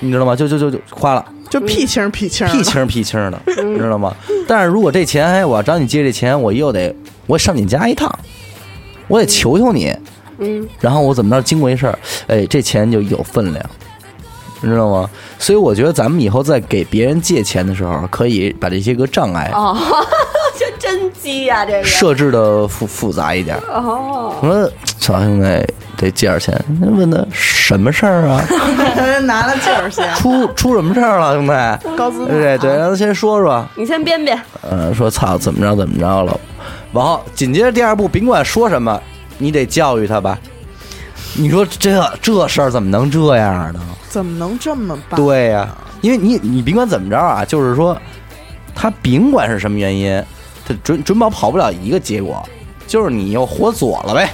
F: 你知道吗？就就就就花了，
C: 就屁青儿屁青儿的
F: 屁青儿屁青儿的，你知道吗？但是如果这钱，哎，我找你借这钱，我又得我上你家一趟，我得求求你，
D: 嗯，
F: 然后我怎么着经过一事儿，哎，这钱就有分量，你知道吗？所以我觉得咱们以后在给别人借钱的时候，可以把这些个障碍
D: 哦，这真鸡呀、这个
F: 设置的复复杂一点。
D: 哦，
F: 我说小兄弟得借点钱，那问他什么事儿啊？
C: 拿了劲儿先，
F: 出出什么事儿了，兄弟？
C: 高姿
F: 对对，让他先说说，
D: 你先编编，
F: 呃，说操怎么着怎么着了，然后紧接着第二步，甭管说什么，你得教育他吧。你说这这事儿怎么能这样呢？
C: 怎么能这么办？
F: 对呀、因为你你甭管怎么着啊，就是说，他甭管是什么原因，他准准保跑不了一个结果，就是你又活左了呗，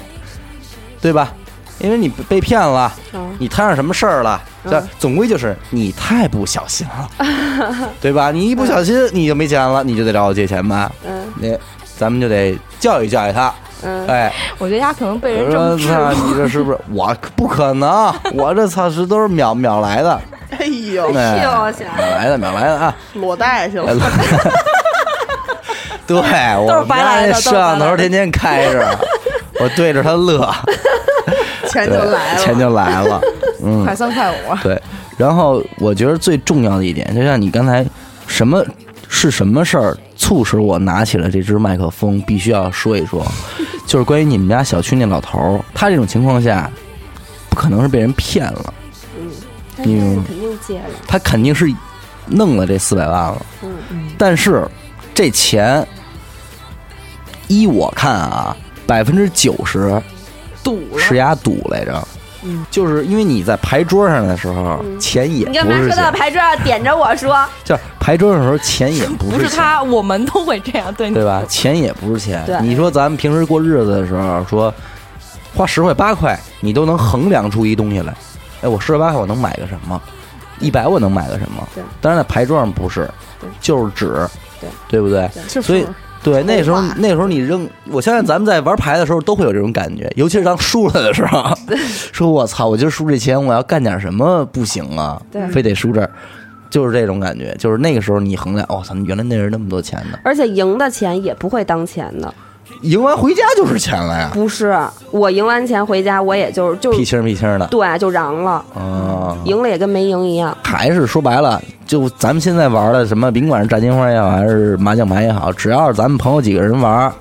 F: 对吧？因为你被骗了，你摊上什么事儿了，这、总归就是你太不小心了，对吧？你一不小心你就没钱了，你就得找我借钱吧，
D: 嗯
F: 那咱们就得教育教育他，
D: 嗯
F: 哎。
E: 我觉得他可能被人这
F: 我
E: 么
F: 说
E: 治
F: 操，你这是不是？我不可能，我这操是都是秒秒来的，
C: 哎呦，
F: 哎
D: 笑啊死了
F: 秒来的，秒来 的啊！
C: 裸贷去
F: 哎
C: 了，
F: 来对，我
E: 都是白来的都
F: 们家那
E: 是
F: 摄
E: 白
F: 像
E: 来
F: 头
E: 的
F: 天天 开着，我对着他乐，
C: 钱就
F: 对
C: 来了。
F: 钱就来了。嗯，
E: 快三快五，
F: 对。然后我觉得最重要的一点，就像你刚才，什么是什么事儿促使我拿起了这支麦克风，必须要说一说，就是关于你们家小区那老头儿，他这种情况下，不可能是被人骗了，
D: 但是
F: 嗯
D: 肯定借了，
F: 他肯定是弄了这四百万了。
D: 嗯
F: 但是这钱，依我看啊，百分之九十
C: 堵
F: 是压赌来着。就是因为你在牌桌上的时候，钱也
D: 你干
F: 不
D: 嘛
F: 是
D: 说到
F: 钱，
D: 牌桌上点着我说？
F: 就是牌桌上的时候钱也不
E: 不是
F: 是钱，
E: 他，我们都会这样对你
F: 对吧？钱也不是钱
D: 对。
F: 你说咱们平时过日子的时候，说花十块八块，你都能衡量出一东西来。哎，我十块八块我能买个什么？一百我能买个什么
D: 对？
F: 当然在牌桌上不是
D: 对，
F: 就是纸，
D: 对
F: 对不对？
C: 就是
F: 所以对，那时候
D: 后话
F: 那时候你扔，我相信咱们在玩牌的时候都会有这种感觉，尤其是当输了的时候，说我操，我今儿输这钱，我要干点什么不行啊
D: 对，
F: 非得输这儿，就是这种感觉，就是那个时候你衡量，我、操，原来那人那么多钱呢，
D: 而且赢的钱也不会当钱的，
F: 赢完回家就是钱了呀，
D: 不是我赢完钱回家，我也就是就
F: 屁
D: 是
F: 青儿屁青儿的，
D: 对就嚷了，
F: 啊。
D: 赢了也跟没赢一样。
F: 还是说白了，就咱们现在玩的什么，甭管是炸金花也好，还是麻将牌也好，只要是咱们朋友几个人玩，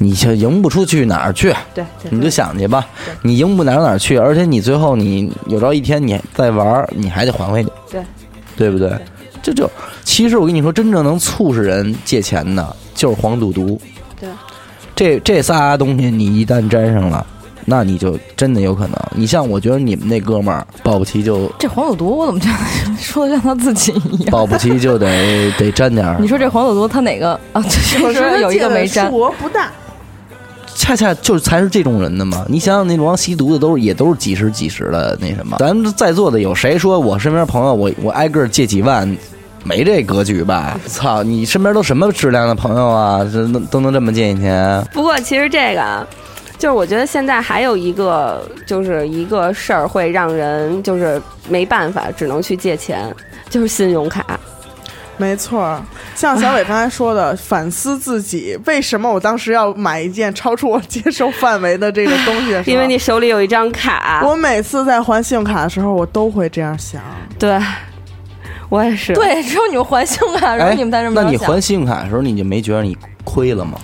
F: 你就赢不出去哪儿去，
D: 对，对
F: 你就想去吧，你赢不哪儿哪儿去，而且你最后你有朝一天你再玩儿，你还得还回去，
D: 对
F: 对不对？这就其实我跟你说，真正能促使人借钱的，就是黄赌毒。
D: 对，
F: 这这仨东西你一旦沾上了，那你就真的有可能。你像我觉得你们那哥们儿保不齐就
E: 这黄赌毒，我怎么觉得说的像他自己一样？
F: 保不齐就得得沾 点儿
E: 你。说这黄赌毒，他哪个 啊？确实有一个没沾
C: 数，额不大，
F: 恰恰就是才是这种人的嘛。你想想，那帮吸毒的都是也都是几十几十的那什么。咱们在座的有谁说我身边朋友我我挨个借几万？没这格局吧？操，你身边都什么质量的朋友啊？这能都能这么借你钱？
D: 不过其实这个啊，就是我觉得现在还有一个，就是一个事儿会让人就是没办法，只能去借钱，就是信用卡。
C: 没错儿。像小伟刚才说的，反思自己为什么我当时要买一件超出我接受范围的这个东西的时 候，
D: 因为你手里有一张卡，
C: 我每次在还信用卡的时候，我都会这样想。
D: 对，我也是。，
E: 对，只有你们还信用卡，然后
F: 哎，
E: 你们在这么
F: 那你
E: 着想
F: 还信用卡的时候，你就没觉得你亏了吗？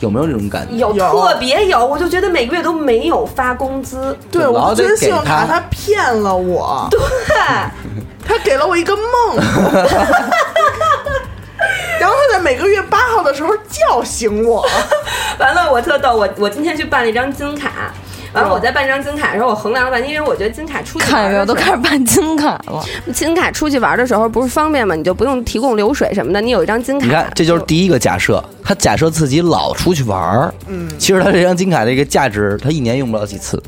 F: 有没有这种感觉？
D: 有
C: 有
D: 特别有，我就觉得每个月都没有发工资。
C: 对，
F: 老
C: 我
F: 得
C: 觉得
F: 给
C: 信用卡
F: 他
C: 他骗了我，对， 他给了我一个梦， 然后他在每个月八号的时候叫醒我，
D: 完了，我特逗，我我今天去办了一张金卡。完了，我在办张金卡的时候，我衡量了半天，因为我觉得金卡出去
E: 看见没有，
D: 玩的
E: 都
D: 时候
E: 开始办金卡了。
D: 金卡出去玩的时候不是方便吗？你就不用提供流水什么的，你有一张金卡。
F: 你看，这就是第一个假设，他假设自己老出去玩儿，嗯，其实他这张金卡的一个价值，他一年用不了几次，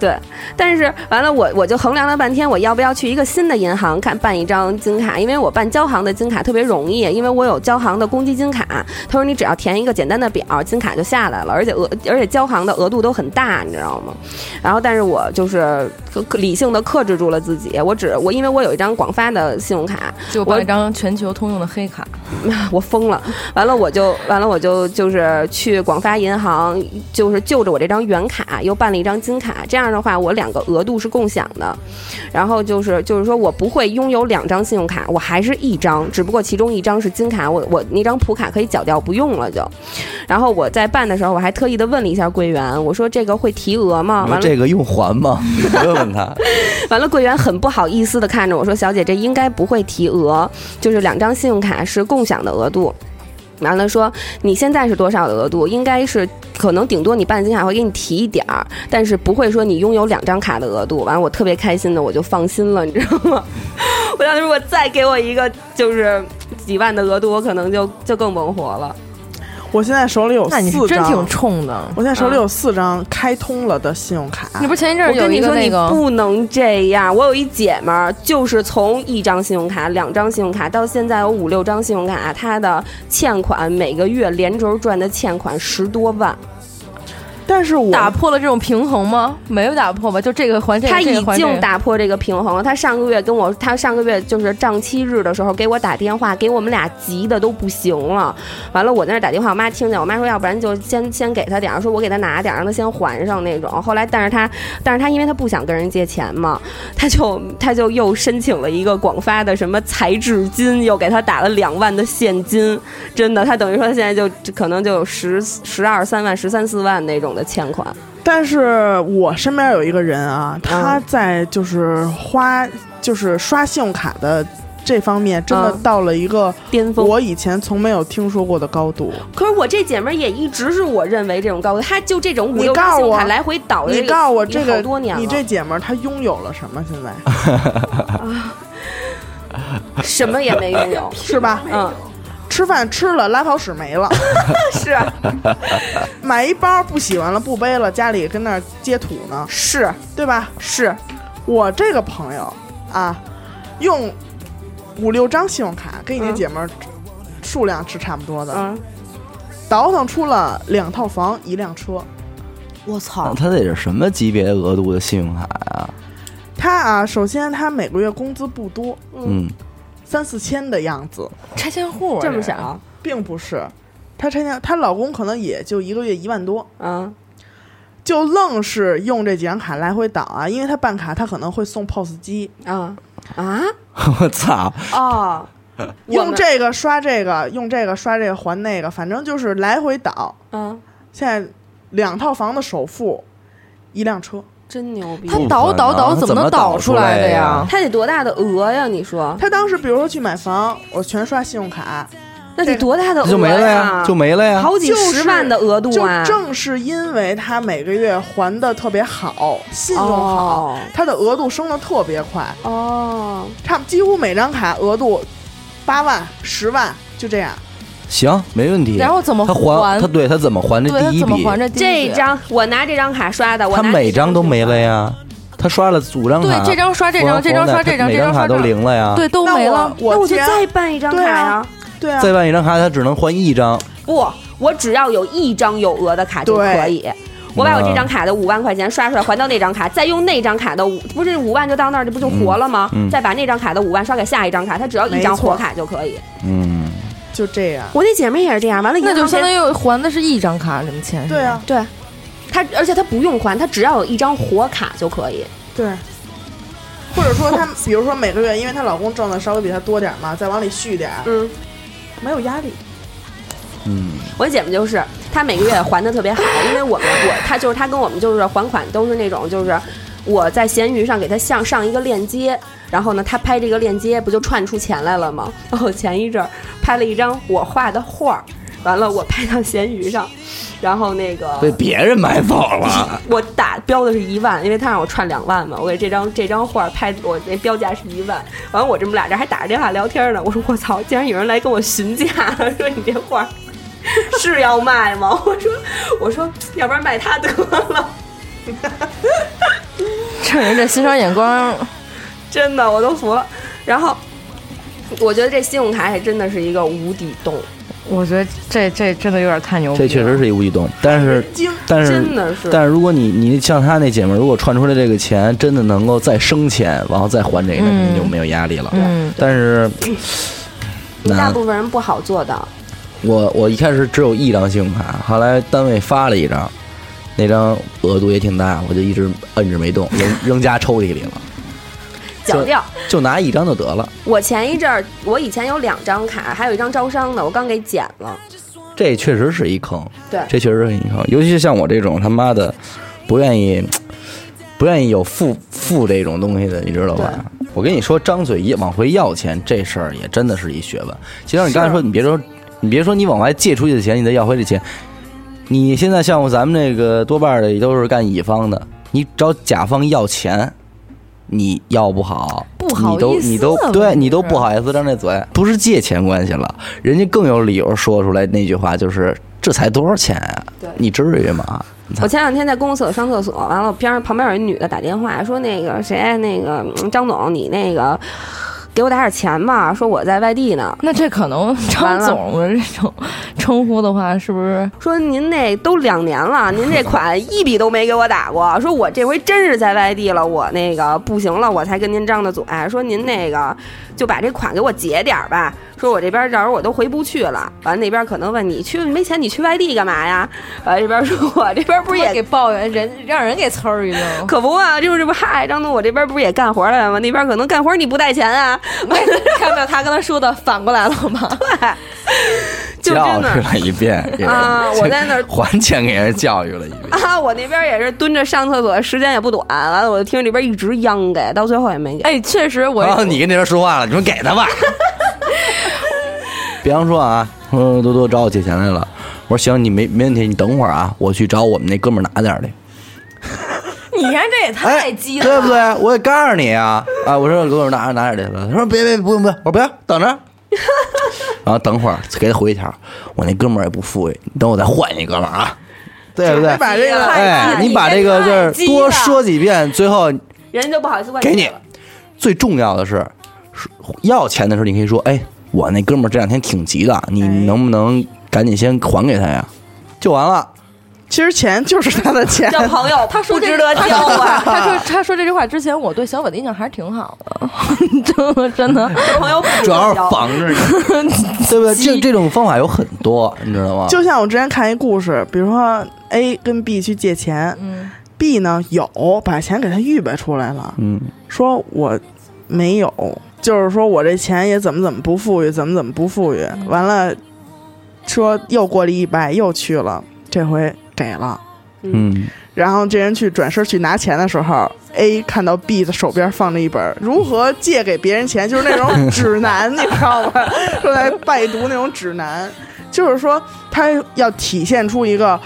D: 对，但是完了我，我就衡量了半天，我要不要去一个新的银行看办一张金卡？因为我办交行的金卡特别容易，因为我有交行的公积金卡。他说你只要填一个简单的表，金卡就下来了，而且额而且交行的额度都很大，你知道吗？然后，但是我就是克克理性的克制住了自己，我只我因为我有一张广发的信用卡，
E: 就办一张全球通用的黑卡，
D: 我疯了。完了，我就完了，我就就是去广发银行，就是就着我这张原卡又办了一张金卡。这样的话，我两个额度是共享的。然后就是就是说我不会拥有两张信用卡，我还是一张，只不过其中一张是金卡，我我那张普卡可以缴掉不用了就。然后我在办的时候，我还特意的问了一下柜员，我说这个会提额吗？啊
F: 你
D: 完
F: 说
D: 了
F: 这个用还吗？ 你不用问他，
D: 完了，柜员很不好意思的看着我说：“小姐，这应该不会提额，就是两张信用卡是共享的额度。”完了说你现在是多少的额度？应该是可能顶多你办金卡会给你提一点儿，但是不会说你拥有两张卡的额度。完了，我特别开心的我就放心了，你知道吗？ 我当时如果再给我一个就是几万的额度，我可能就就更甭活了。
C: 我现在手里有
E: 那你是
C: 四
E: 真挺
C: 张。啊
E: 冲的。
C: 我现在手里有四张开通了的信用卡，
E: 你不是前一阵儿
D: 我
E: 有
D: 跟
E: 一
D: 你
E: 个
D: 说，
E: 那
D: 你
E: 个，
D: 不能这样。我有一姐们儿，就是从一张信用卡、两张信用卡到现在有五六张信用卡，她的欠款每个月连轴转的欠款十多万。
C: 但是我
E: 打破了这种平衡吗？没有打破吧？就这个环节，
D: 他
E: 这
D: 已
E: 个环
D: 经
E: 节
D: 打破这个平衡了。他上个月跟我，他上个月就是账期日的时候给我打电话，给我们俩急的都不行了。完了，我在那儿打电话，我妈听见，我妈说要不然就先先给他点儿，说我给他拿点儿，让他先还上那种。后来，但是他，但是他因为他不想跟人借钱嘛，他就他就又申请了一个广发的什么财智金，又给他打了两万的现金。真的，他等于说他现在就可能就有十十二三万、十三四万那种的欠款。
C: 但是我身边有一个人啊，他
E: 嗯
C: 在就是花就是刷信用卡的这方面，真的
D: 嗯
C: 到了一个
D: 巅峰
C: 我以前从没有听说过的高度。
D: 可是我这姐们儿也一直是我认为这种高度，她就这种五
C: 你
D: 六张
C: 告
D: 信
C: 诉
D: 用
C: 我
D: 卡来回倒的
C: 你
D: 这个，
C: 告诉我
D: 已
C: 这
D: 经
C: 个
D: 好多年了，
C: 你这姐们儿她拥有了什么？现在，
D: 什么也没拥有
C: 是吧？
D: 嗯，
C: 吃饭吃了，拉泡屎没了，
D: 是
C: 啊买一包不喜欢了不背了，家里跟那儿接土呢，
D: 是
C: 对吧？
D: 是，
C: 我这个朋友啊，用五六张信用卡跟你那
D: 嗯
C: 姐们儿数量是差不多的，
D: 嗯，
C: 倒腾出了两套房一辆车。
D: 我
F: 那
E: 啊
D: 操，
F: 哦他得是什么级别额度的信用卡呀？
C: 他啊，首先他每个月工资不多，
F: 嗯，
C: 三四千的样子，
E: 拆迁户啊
D: 这么
E: 人
D: 少，
C: 并不是。她拆迁，她老公可能也就一个月一万多，
D: 嗯
C: 就愣是用这几张卡来回倒啊，因为他办卡他可能会送 POS 机，
D: 啊啊
F: 嗯 我操，
D: 哦，我
C: 用
D: 们
C: 这个刷这个，用这个刷这个还那个，反正就是来回倒。
D: 嗯，
C: 现在两套房的首付，一辆车，
D: 真牛逼
E: 他。
F: 不
E: 倒
F: 可
E: 倒
F: 能
E: 倒
F: 他
E: 怎
F: 怎
E: 么
F: 么
E: 倒
F: 倒
E: 出
F: 出
E: 来
F: 来
E: 的呀
F: 呀？
D: 他得多大的额呀？你说，
C: 他当时比如说去买房，我全刷信用卡，
D: 那得多大的
F: 那
D: 额
F: 就没了
D: 呀？
E: 啊
F: 呀，就没了呀。
D: 好几
C: 就是
D: 十万的额度啊！
C: 就正是因为他每个月还的特别好，信用好，
D: 哦
C: 他的额度升的特别快，
D: 哦，
C: 差不几乎每张卡额度八万、十万，就这样。
F: 行，没问题。
E: 然后怎么
F: 他
E: 还
F: 还？他对他怎么还
E: 对
F: 这
E: 他
F: 第一
E: 怎么
F: 笔？
E: 还这第一
D: 这
E: 笔啊
D: 张我拿这张卡刷的，我
F: 他
D: 拿
F: 每
D: 这
F: 张都没了呀。他刷了五张卡，
E: 对这张刷这张，这张刷这张，
F: 嗯每
E: 这张
F: 张
E: 刷这
F: 卡都啊
E: 张，
F: 零了呀。
E: 对，，都
C: 那
E: 没
C: 我
E: 了。
C: 我
D: 那我就
C: 既然
D: 再办一张卡
C: 对啊
D: 呀。
C: 对啊，
F: 再办一张卡，他只能换一张。
D: 不，我只要有一张有额的卡就可以。
F: 嗯
D: 我把我这张卡的五万块钱刷出来，还到那张卡，再用那张卡的五，不是五万就到那儿，这不就活了吗？
F: 嗯嗯
D: 再把那张卡的五万刷给下一张卡，他只要一张
C: 没错
D: 活卡就可以。
F: 嗯，
C: 就这样。
D: 我那姐妹也是这样，完了银
E: 那
D: 行
E: 就相
D: 别
E: 当于还的是一张卡里面钱。
C: 对啊，
D: 对，她而且她不用还，她只要有一张活卡就可以。
C: 对。或者说她，比如说每个月，因为她老公挣的稍微比她多点儿嘛，再往里续点儿，
D: 嗯，
C: 没有压力。
D: 我姐们就是她每个月还的特别好，因为我们我她就是她跟我们就是还款都是那种就是我在闲鱼上给她向上一个链接，然后呢她拍这个链接不就串出钱来了吗？然后前一阵儿拍了一张我画的画儿，完了我拍到闲鱼上，然后那个
F: 被别人买走了。
D: 我打标的是一万，因为他让我串两万嘛，我给这张这张画拍，我那标价是一万。完，我这们俩这还打着电话聊天呢。我说我 操，竟然有人来跟我询价了，说你这画是要卖吗？ 我说我说，要不然卖他得了。
E: 这人这欣赏眼光，
D: 真的，我都服了。然后我觉得这信用卡也真的是一个无底洞，
E: 我觉得这这真的有点太牛逼
F: 这
E: 了。
F: 确实是一无底洞，但是
C: 精
F: 但是
D: 真的是
F: 但是如果你你像他那姐们儿，如果串出来这个钱真的能够再生钱，然后再还这个，那
E: 嗯
F: 你就没有压力了。
E: 嗯
F: 但是
D: 大
F: 难，
D: 部分人不好做到。
F: 我我一开始只有一张信用卡，啊后来单位发了一张，那张额度也挺大，我就一直摁着没动，扔扔家抽屉里 了，
D: 脚掉，
F: 就拿一张就得了。
D: 我前一阵儿，我以前有两张卡，还有一张招商的，我刚给剪了。
F: 这确实是一坑，
D: 对
F: 这确实是一坑，尤其是像我这种他妈的不愿意。不愿意有负负这种东西的，你知道吧？我跟你说，张嘴一往回要钱这事儿也真的是一学问。就像你刚才
E: 啊
F: 说，你别说，你别说你往外借出去的钱，你再要回这钱，你现在像咱们这个多半儿的也都是干乙方的，你找甲方要钱，你要不好，
E: 不好
F: 你都
E: 意思
F: 你都
E: 了
F: 对你都
E: 问题是
F: 不好意思张这嘴，不是借钱关系了，人家更有理由说出来那句话，就是这才多少钱啊
D: 对？
F: 你至于吗？
D: 我前两天在公厕上厕所，完了我边上旁边有一女的打电话说那个谁那个嗯张总你那个给我打点钱吧，说我在外地呢。
E: 那这可能
D: 完
E: 张
D: 了
E: 总的这种称呼的话，是不是？
D: 说您那都两年了，您这 款一笔都没给我打过。说我这回真是在外地了，我那个不行了，我才跟您张的嘴。说您那个就把这款给我结点儿吧。说我这边到时候我都回不去了。完那边可能问你去没钱，你去外地干嘛呀？完这边说我这边不
E: 不
D: 是
E: 也
D: 也
E: 给抱怨人，让人给呲儿一顿。
D: 可不啊，就是这不嗨，张东，我这边不是也干活来了吗？那边可能干活你不带钱啊，
E: 看到他刚才说的反过来了吗？
D: 就
F: 教
D: 真
F: 育
D: 的
F: 了 一遍给人
D: 啊我在那儿
F: 还钱给人教育了一 遍。
D: 啊，我那边也是蹲着上厕所，时间也不短，完了我就听这边一直央给，到最后也没给。
E: 哎，确实我，
F: 然后啊你跟那边说话了，你说给 他吧。比方说啊，嗯，多多找我借钱来了，我说行，你没没问题，你等会儿啊，我去找我们那哥们儿拿点儿去。
E: 你看这也太
F: 哎，
E: 激了，
F: 对不对？我也告诉你啊，啊，我说给我拿拿点儿去了，他说别别不用不用，我说不要，等着。然后等会儿给他回一条，我那哥们儿也不富裕，你等我再换一哥们儿啊，对不对？
C: 把这个
F: 哎，你把这个字儿多说几遍，最后
D: 人家就不好意思问
F: 给
D: 了
F: 你。最重要的是，是要钱的时候你可以说，哎，我那哥们儿这两天挺急的，你能不能赶紧先还给他呀？就完了。
C: 其实钱就是他的钱，
D: 交朋友，他
E: 说
D: 不
E: 这。
D: 值得交啊
E: 他说他说这句话之前，我对小伟的印象还是挺好的，真的真的。
D: 交朋友不值得
F: 主要是
D: 交
F: 防着你，对不对？这这种方法有很多，你知道吗？
C: 就像我之前看一故事，比如说 A 跟 B 去借钱，
E: 嗯
C: b 呢有把钱给他预备出来了，
F: 嗯，
C: 说我没有，就是说我这钱也怎么怎么不富裕，怎么怎么不富裕。完了，说又过了一百，又去了，这回给了。
F: 嗯，
C: 然后这人去转身去拿钱的时候，A 看到 B 的手边放着一本如何借给别人钱，就是那种 指南，你知道吗？说来拜读那种指南，就是说他要体现出一个。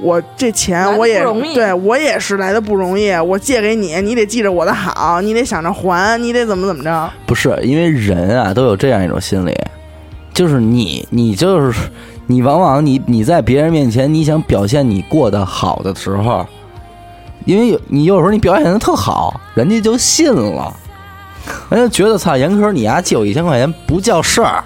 C: 我这
E: 来
C: 钱
E: 得
C: 我也
E: 不容易
C: 对我也是来的不容易，我借给你，你得记着我的好，你得想着还，你得怎么怎么着。
F: 不是，因为人啊都有这样一种心理，就是你，你就是你，往往你你在别人面前，你想表现你过得好的时候，因为有你有时候你表现的特好，人家就信了，人家觉得操严科你丫、借我一千块钱不叫事儿，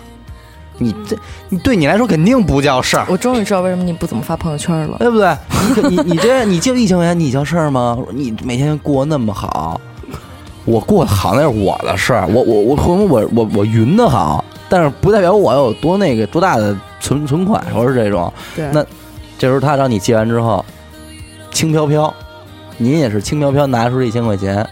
F: 你这你对你来说肯定不叫事儿。
E: 我终于知道为什么你不怎么发朋友圈了。
F: 哎对不对？你可你你这你借一千块钱，你叫事儿吗？你每天过那么好，我过得好那是我的事儿，我我我我我我我匀的好，但是不代表我有多那个多大的存存款，或者是这种。
C: 对，
F: 那这时候他让你借完之后，轻飘飘，您也是轻飘飘拿出这一千块钱，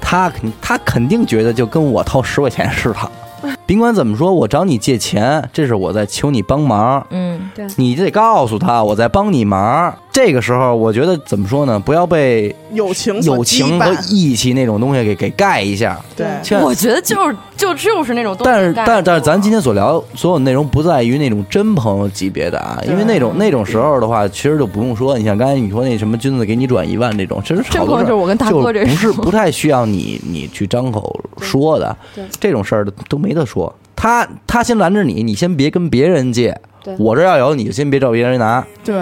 F: 他肯他肯定觉得就跟我掏十块钱似的。 甭管怎么说，我找你借钱，这是我在求你帮忙。
E: 嗯，
F: 你得告诉他我在帮你忙。这个时候，我觉得怎么说呢？不要被
C: 友情所羁
F: 友情和
C: 绊
F: 义气那种东西给给盖一下。
C: 对，
F: 千万
E: 我觉得就是就就是那种东西
F: 但是
E: 盖
F: 但是但是，
E: 住了
F: 咱今天所聊所有内容不在于那种真朋友级别的啊，因为那种那种
E: 嗯
F: 时候的话，其实就不用说。你像刚才你说那什么君子给你转一万这种，其实
E: 真朋
F: 好多
E: 友就是
F: 事儿
E: 我跟大
F: 就
E: 哥这
F: 不是
E: 种
F: 不太需要你你去张口说的，这种事儿都没得说。他他先拦着你，你先别跟别人借
D: 对。
F: 我这儿要有，你就先别找别人拿。
C: 对，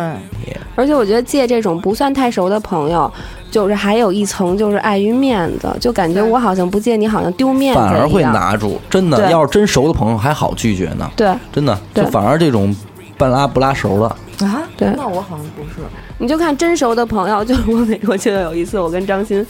D: 而且我觉得借这种不算太熟的朋友，就是还有一层就是碍于面子，就感觉我好像不借你好像丢面子一
F: 反
D: 样。
F: 而会拿住。真的，
D: 对
F: 要是真熟的朋友还好拒绝呢，
D: 对，
F: 真的，
D: 对
F: 就反而这种半拉不拉熟 的，
E: 啊，
D: 对
E: 那我好像不是，
D: 你就看真熟的朋友，就是我美我记得有一次我跟张鑫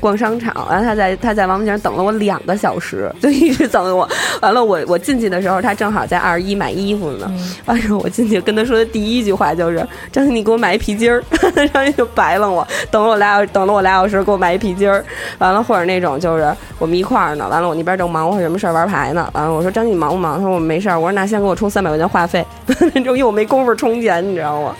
D: 逛商场，完了他在他在王府井等了我两个小时，就一直等着我。完了我我进去的时候，他正好在二十一买衣服呢。完了我进去跟他说的第一句话就是：“ 张鑫，你给我买一皮筋儿。” 张鑫就白了我，等了我俩小等了我俩小时，给我买一皮筋儿。完了或者那种就是我们一块儿呢，完了我那边正忙活什么事儿玩牌呢。完了我说张鑫你忙不忙？他说我没事儿。我说那先给我充三百块钱话费， 因为我没工夫充钱，你知道吗？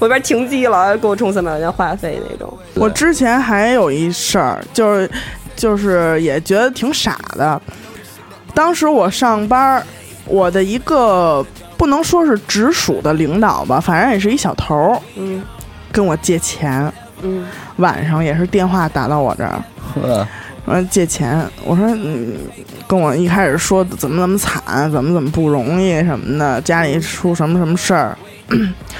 D: 我这边停机了，给我充三百块钱话费那种。
C: 我之前还有一事儿，就是就是也觉得挺傻的。当时我上班儿，我的一个不能说是直属的领导吧，反正也是一小头儿，
D: 嗯
C: 跟我借钱。
D: 嗯，
C: 晚上也是电话打到我这儿，
F: 呵
C: 说借钱。我说嗯，跟我一开始说怎么怎么惨，怎么怎么不容易什么的，家里出什么什么事儿。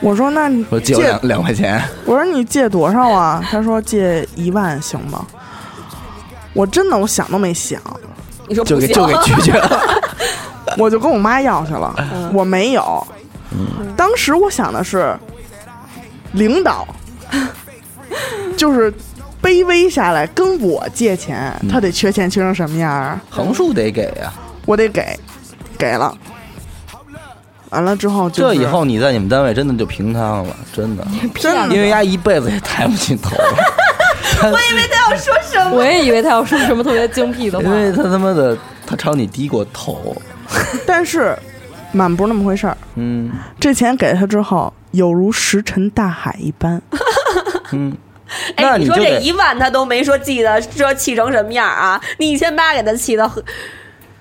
C: 我说那你
F: 说借我
C: 借
F: 两两块钱，
C: 我说你借多少啊？他说借一万行吗？我真的我想都没想，
D: 你说
F: 就
D: 不
F: 给
D: 行，
F: 就给拒绝了。
C: 我就跟我妈要去了，
F: 哎
C: 我没有。当时我想的是，领 导就是卑微下来跟我借钱，
F: 嗯
C: 他得缺钱缺成什么样啊？
F: 横竖得给啊呀、
C: 我得给，给了。完了之后、就是，
F: 这以后你在你们单位真的就平摊了，真的，
C: 真的
F: 因为丫一辈子也抬不起头了。
B: 因为他要说什么？
G: 我也以为他要说什么特别精辟的话
F: 因，为他他妈的，他朝你低过头，
C: 但是满不是那么回事儿。
F: 嗯
C: 这钱给他之后，有如石沉大海一般。
F: 嗯，那
G: 哎，你
F: 就
G: 说这
F: 得
G: 一万他都没说记得，说气成什么样啊？你一千八给他气的，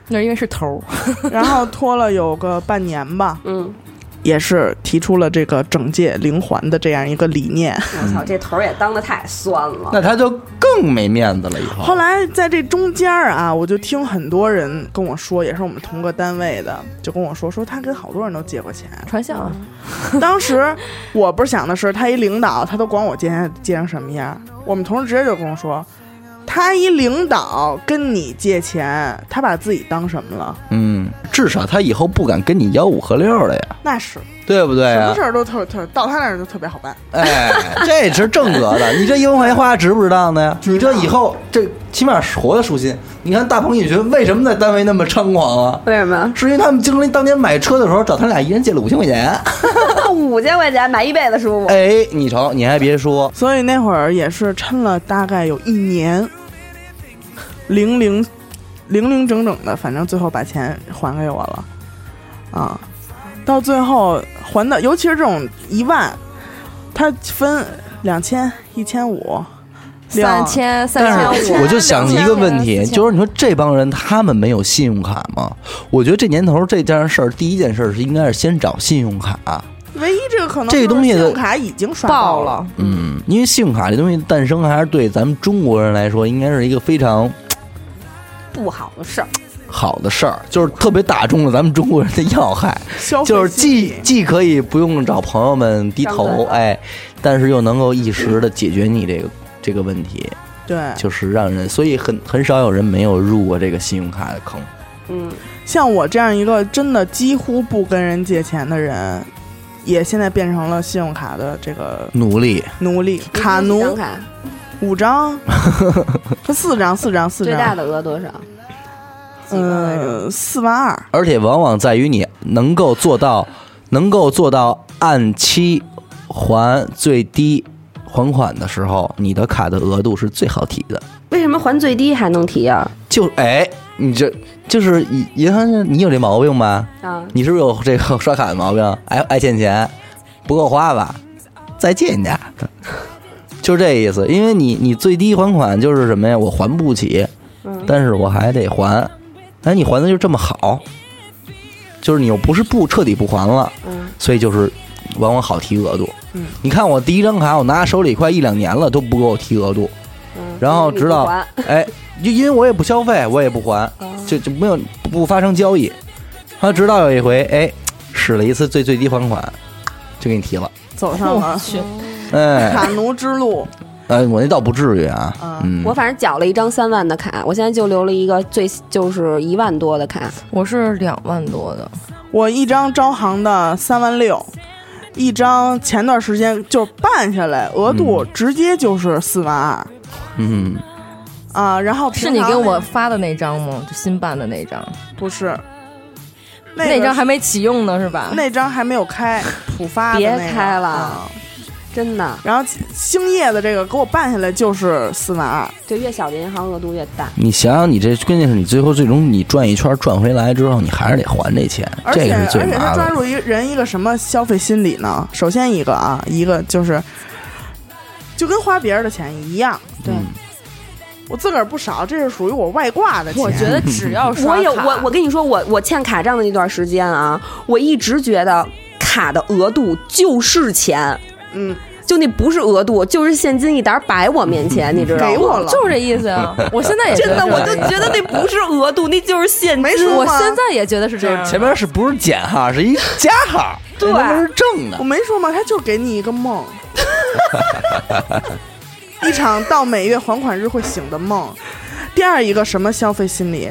E: 那是因为是头儿，
C: 然后拖了有个半年吧，
G: 嗯，
C: 也是提出了这个整届零还的这样一个理念。
G: 我操，这头儿也当的太酸了。
F: 那他就更没面子了。以后
C: 后来在这中间儿啊，我就听很多人跟我说，也是我们同个单位的，就跟我说说他跟好多人都借过钱。
E: 传销啊，
C: 当时我不是想的是，他一领导，他都管我借钱借成什么样儿。我们同事直接就跟我说，他一领导跟你借钱，他把自己当什么了？
F: 嗯，至少他以后不敢跟你吆五喝六了呀，
C: 那是
F: 对不对
C: 什
F: 啊
C: 么事？儿都特特到他那儿就特别好办。
F: 哎，这是正格的，你这一文钱花值不值当的呀？你这以后这起码活得舒心。你看大鹏一群为什么在单位那么猖狂啊？
G: 为什么？
F: 是因为他们经理当年买车的时候找他俩一人借了五千块钱。
G: 五千块钱买一辈子舒服。
F: 哎，你瞅，你还别说，
C: 所以那会儿也是撑了大概有一年，零零零零整整的，反正最后把钱还给我了，啊，到最后还的，尤其是这种一万，它分两千、一千五、啊
E: 三千三
F: 但
E: 千
F: 是
E: 五，
F: 我就想一个问题，
E: 4000
F: 就是你说这帮人他们没有信用卡吗？我觉得这年头这件事儿，第一件事儿是应该是先找信用卡。
C: 唯一这个可能
F: 这个东西
C: 就是信
F: 的
C: 用卡已经刷
E: 爆
C: 了
E: 了，，
F: 嗯，因为信用卡这东西的诞生还是对咱们中国人来说，应该是一个非常
G: 不好的事儿，
F: 好的事儿，就是特别打中了咱们中国人的要害，
C: 消费
F: 就是
C: 心理
F: 既既可以不用找朋友们低
G: 上
F: 头，
G: 班
F: 哎，但是又能够一时的解决你这个这个问题，
C: 对，
F: 就是让人，所以很很少有人没有入过这个信用卡的坑。
G: 嗯，
C: 像我这样一个真的几乎不跟人借钱的人，也现在变成了信用卡的这个
F: 努力，
C: 奴隶卡
G: 你
C: 奴啊
G: 几张。卡
C: 五张，他四张，四张，四
G: 最大
C: 张，
G: 的额多少？几万来着？
C: 呃，四万二，
F: 而且往往在于你能够做到，能够做到按期还最低还款的时候，你的卡的额度是最好提的。
G: 为什么还最低还能提啊？
F: 就哎，你这就是银银行，你有这毛病吧？
G: 啊，
F: 你是不是有这个刷卡的毛病？爱爱欠钱，不够花吧？再借人家， 就这意思。因为你你最低还款就是什么呀？我还不起，但是我还得还。哎，你还的就这么好，就是你又不是不彻底不还了，所以就是往往好提额度。你看我第一张卡，我拿手里快一两年了都不给我提额度，然后直到
G: 嗯不还
F: 哎，就因为我也不消费，我也不还，就就没有不不发生交易。然后直到有一回，哎，使了一次最最低还款，就给你提了。
C: 走上了
F: 哎，
C: 卡奴之路。
F: 呃，我那倒不至于啊，嗯，
G: 我反正缴了一张三万的卡，我现在就留了一个最就是一万多的卡，
E: 我是两万多的，
C: 我一张招行的三万六，一张前段时间就办下来，额度直接就是四万二
F: 嗯，
C: 啊。然后平
E: 是
C: 常
E: 你给我发的那张吗？就新办的那张，
C: 不是那个
E: 那张还没启用呢，是吧？
C: 那张还没有开，浦发的
G: 别
C: 那个
G: 开了
C: 啊
G: 真的，
C: 然后兴业的这个给我办下来就是四万二，
G: 就越小的银行额度越大。
F: 你想想，你这关键是你最后最终你转一圈转回来之后，你还是得还这钱，
C: 而
F: 这
C: 且
F: 个是最
C: 而且他
F: 麻
C: 抓
F: 烦的。
C: 住一人一个什么消费心理呢？首先一个啊，一个就是就跟花别人的钱一样，
G: 对，
F: 嗯
C: 我自个儿不少，这是属于我外挂的钱。
E: 我觉得只要刷
G: 哎我有
E: 卡
G: 我我跟你说，我我欠卡账的那段时间啊，我一直觉得卡的额度就是钱，
C: 嗯，
G: 就那不是额度，就是现金一沓摆我面 前，你知道吗？
C: 给我了
E: 就是这意思 呀。我现在也觉
G: 真
E: 得
G: 的，我就
E: 这样
G: 觉得那不是额度，那就是现金。
C: 没说
E: 我
C: 吗
E: 现在也觉得是这样。
F: 前面是不是减号，是一加号，
G: 对
F: 这他妈是正的
C: 我。没说嘛，他就给你一个梦， 一场到每月还款日会醒的梦。第二一个什么消费心理？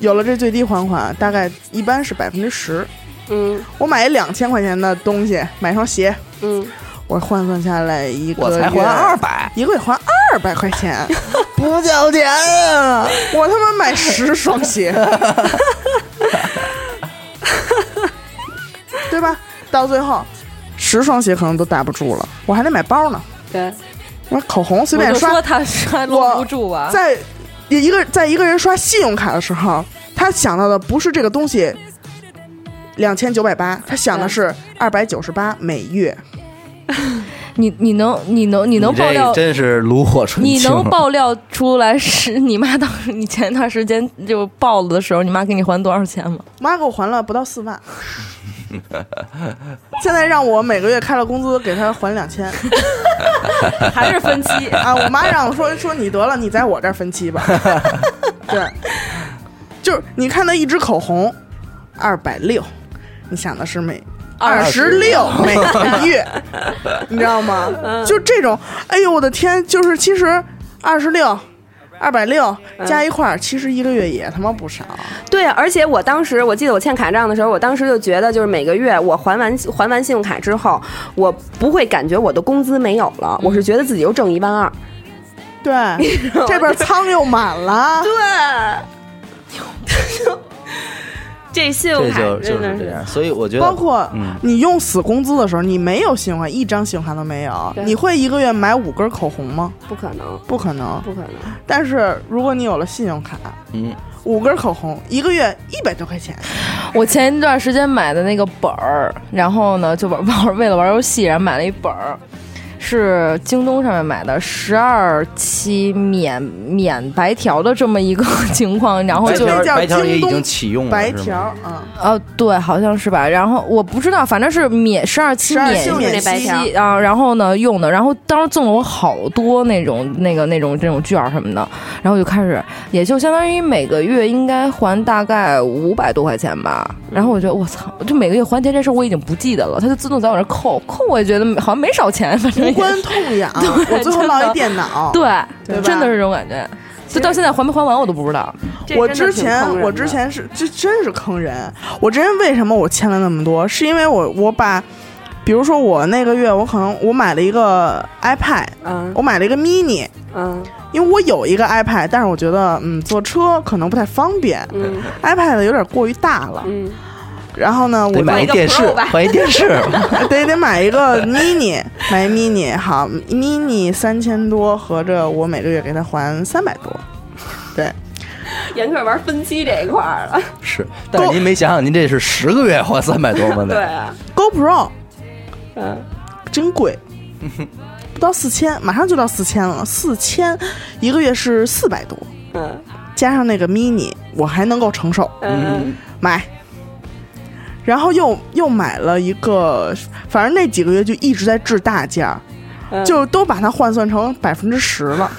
C: 有了这最低还款，大概一般是百分之十。
G: 嗯
C: 我买一两千块钱的东西，买双鞋，
G: 嗯，
C: 我换算下来一个
F: 我才花
C: 月
F: 二百，
C: 一个月花二百块 钱，不交钱啊！我他妈买十双 鞋，对吧？到最后，十双鞋可能都打不住了，我还得买包呢，
G: 对，
C: 我口红随便
E: 我就
C: 刷
E: 说，他刷搂不住啊，
C: 在一个在一个人刷信用卡的时候，他想到的不是这个东西两千九百八，他想的是二百九十八每月。
E: 你你能你能你
F: 你
E: 能爆料
F: 这真是炉火纯青。
E: 你能爆料出来是 你妈当时你前段时间就爆了的时候，你妈给你还多少钱吗？
C: 妈给我还了不到四万，现在让我每个月开了工资给她还两千？
B: 还是分期
C: 啊！我妈让我说说你得了，你在我这儿分期吧。对，就是你看她一支口红二百六，你想的是每二十六嗯每 个月，你知道吗？就这种，哎呦我的天，就是其实二十六。二百六加一块儿，其实一个月也他妈 不少。
G: 对，啊而且我当时我记得我欠卡账的时候，我当时就觉得，就是每个月我还完还完信用卡之后，我不会感觉我的工资没有了，我是觉得自己又挣一万二。
C: 对，这边仓又满了。
G: 这信用
F: 这
G: 卡
F: 就就
G: 真的
F: 是这样，所以我觉得
C: 包括
F: 嗯
C: 你用死工资的时候，你没有信用卡，一张信用卡都没有，
G: 对
C: 你会一个月买五根口红吗？
G: 不可能，
C: 不可能。
G: 不可能。
C: 但是如果你有了信用卡，
F: 嗯，
C: 五根口红一个月一百多块钱，
E: 我前一段时间买的那个本儿，然后呢就玩 玩为了玩游戏，然后买了一本儿，是京东上面买的十二期免免白条的这么一个 情况，然后
F: 白
E: 就
C: 那
F: 条
C: 叫
F: 白条也已
C: 京
F: 经
C: 东
F: 启用了，
C: 白
F: 是吗
C: 条，嗯，
E: 呃对，好像是吧，然后我不知道，反正是免十二期
C: 12
E: 免
C: 期免
E: 息
C: 息白
G: 条
E: 啊，然后呢用的，然后当时赠了我好多那种那个那种这种券儿什么的，然后就开始也就相当于每个月应该还大概五百多块钱
F: 嗯
E: 吧，然后我觉得我操，就每个月还钱这事儿我已经不记得了，它就自动在我这儿扣扣，我也觉得好像没少钱， 反正
C: 无
E: 也
C: 关痛痒。我最
E: 真
C: 后
E: 的
C: 落一电 脑。
E: 对，
C: 对吧
E: 真的是这种感觉，就到现在还没还完我都不知道，
C: 我之前我之前是这真是坑人。我之前为什么我欠了那么多？是因为我我把，比如说我那个月我可能我买了一个 iPad，
G: 嗯
C: 我买了一个 mini，
G: 嗯
C: 因为我有一个 iPad，但是我觉得嗯坐车可能不太方便、
G: 嗯
C: i p a d 有点过于大了。
G: 嗯
C: 然后呢，我
F: 得买一
C: 就
F: 电视，换一电视，
C: 得得买一个 mini，买 mini 好，mini 三千多，合着我每个月给他还三百多。对，
G: 严克玩分期这一块儿了，
F: 是。但是您没想想，您这是十个月花三百多吗？
G: 对
F: 得，
G: 啊，
C: GoPro
G: 嗯，
C: 真贵，不到四千，马上就到四千了，四千一个月是四百多，
G: 嗯
C: 加上那个 mini，我还能够承受。
G: 嗯
C: 买，然后又又买了一个，反正那几个月就一直在治大件儿，
G: 嗯，
C: 就都把它换算成百分之十了，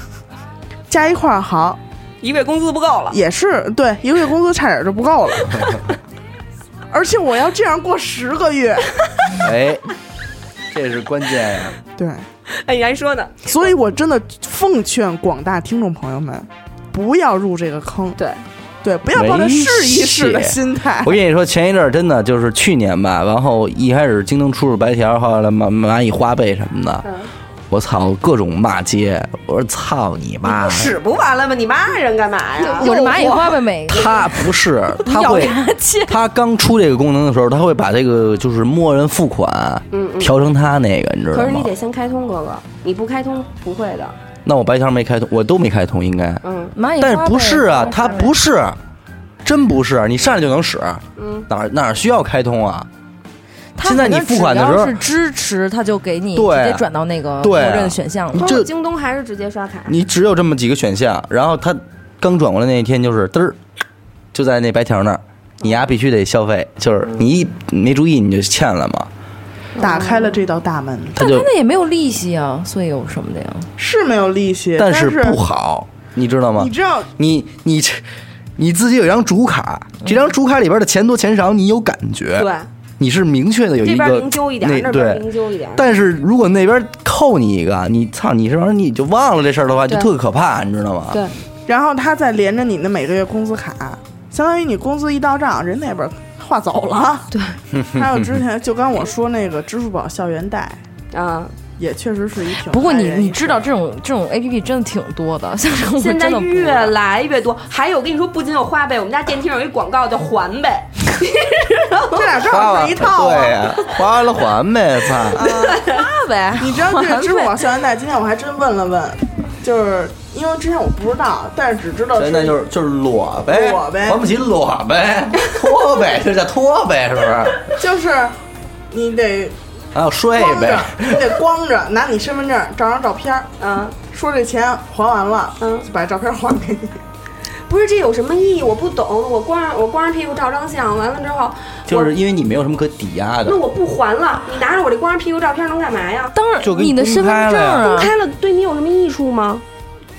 C: 加一块儿好
G: 一个月工资不够了，
C: 也是对，一个月工资差点就不够了， 而且我要这样过十个月，
F: 哎，这是关键呀。
C: 对，
G: 哎，你还说呢？
C: 所以我真的奉劝广大听众朋友们，不要入这个坑，
G: 对
C: 对，不要抱着
F: 危
C: 试一试的
F: 险
C: 心态
F: 我，跟你说，前一阵儿真的就是去年吧，然后一开始京东出入白条，后来蚂蚂蚁花呗什么的，我操，各种骂街，我说操你妈！
G: 使不完了吗？你骂人干嘛 呀？
E: 我这蚂蚁花呗每个
F: 他不是，他
E: 咬
F: 会，
E: 牙切，
F: 他刚出这个功能的时候，他会把这个就是默认付款调成他那个，你知道
G: 可是你
F: 吗？
G: 得先开通，哥哥，你不开通不会的。
F: 那我白条没开通，我都没开通，应该。
G: 嗯，
E: 蚂蚁花呗
F: 但是不是啊？
E: 花呗
F: 它不是，真不是，你上来就能使，哪儿哪儿需要开通啊？
E: 它
F: 现在你付款的时
E: 好
F: 候
E: 像只要是支持，它就给你
F: 对
E: 直接转到那个默
F: 对啊
E: 认选项了。
F: 你
G: 可
F: 这嗯
G: 是京东还是直接刷卡。
F: 你只有这么几个选项，然后他刚转过来那一天就是嘚儿，就在那白条那儿，你丫必须得消费，就是你一没注意你就欠了嘛，
C: 打开了这道大门，
F: 他
E: 但
F: 就
E: 他那也没有利息啊，所以有什么的呀？
C: 是没有利息，
F: 但
C: 是
F: 是不好，你知道吗
C: 你？知道
F: 你你你自己有一张主卡，这张主卡里边的钱多钱少你有感觉，
G: 对，
F: 你是明确的有
G: 这
F: 一
G: 边
F: 个
G: 明揪一点，
F: 那
G: 那边
F: 对
G: 明。揪一点。
F: 但是如果那边扣你一个，你操，你这玩意儿你就忘了这事儿的话，就特可怕，你知道吗？
G: 对
C: 然后他再连着你的每个月工资卡，相当于你工资一到账，人那边划走了。
D: 对，
C: 还有之前就刚我说那个支付宝校园贷，
D: 啊，
C: 也确实是一挺。
E: 不过你你知道这种这种 A P P 真的挺多的，像这种
G: 现在越
E: 来
G: 来越多，还有我跟你说，不仅有花呗，我们家电梯上有一广告叫还呗，
C: 这俩正
F: 花
C: 好
F: 完
C: 是一套啊。
F: 对呀，花完了还呗，操！
D: 那 呗，
C: 你知道这个支付宝校园贷？今天我还真问了问，就是因为之前我不知道，但是只知道
F: 所以那就是就是裸呗，
C: 裸呗
F: 还不起裸呗， 拖呗，这叫拖呗，是不是？
C: 就是你得
F: 还有睡
C: 光
F: 呗
C: 着，，你得光着拿你身份证照张照片儿，
G: 嗯。
C: 说这钱还完了，
G: 嗯，
C: 把照片还给你。
G: 不是这有什么意义？我不懂。我光着我光着屁股照张相，完了之后，
F: 就是因为你没有什么可抵押的
G: 那，我不还了。你拿着我这光着屁股照片能干嘛呀？
E: 当然
F: 就给你
E: 你的身份证
G: 公
E: 啊，
G: 开了对你有什么益处吗？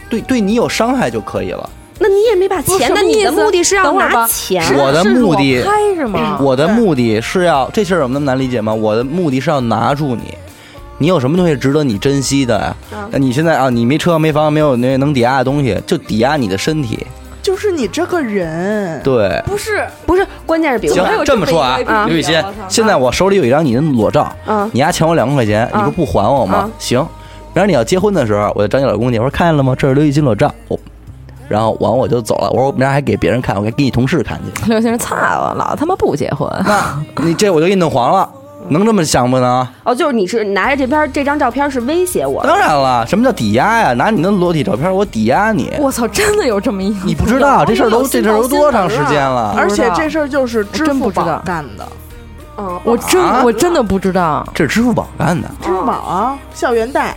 F: 对对你有伤害就可以了。
G: 那你也没把
E: 不是
G: 钱，
E: 什
G: 那
E: 么
G: 你的
E: 意思
G: 目的是要
E: 等会儿
G: 拿
E: 吧
G: 钱？
E: 是
F: 我的
E: 是
F: 目的
E: 裸拍是吗？
F: 我的
C: 对
F: 目的是要这事儿，我们那么难理解吗？我的目的是要拿住你，你有什么东西值得你珍惜的呀？那你现在啊，你没车没房，没有那能抵押的东西，就抵押你的身体。
C: 就是你这个人，
F: 对，
E: 不是，
G: 不是，关键是比如
F: 行
G: 说，
E: 有，
F: 这
E: 这么
F: 么说啊
E: 一个 APP，，
F: 刘雨欣
E: 我操，
F: 现在我手里有一张你的裸照，
G: 嗯
F: 你丫欠我两块块钱，你不不还我吗
G: 嗯？
F: 行，然后你要结婚的时候，我就找你老公去，我说看见了吗？这是刘雨欣裸照，我，然后完我就走了，我说我们家还给别人看，我还给你同事看去。
E: 刘先生操我，老他妈不结婚，
F: 那你这我就给你弄黄了，能这么想不能？
G: 哦，就是你是拿着这边这张照片是威胁我的，
F: 啊当然了，什么叫抵押呀？拿你的裸体照片，我抵押你。
E: 我操，真的有这么一
F: 你不知道这事儿都这事儿都多长时间了？
C: 而
E: 不知
C: 且
E: 道
C: 这事儿就是支
E: 真
C: 付
E: 不知
C: 宝
E: 道
C: 干的，
G: 嗯，
E: 我真
F: 啊
E: 我真的不知道，
F: 这是支付宝干的，
C: 支付宝啊，校园贷，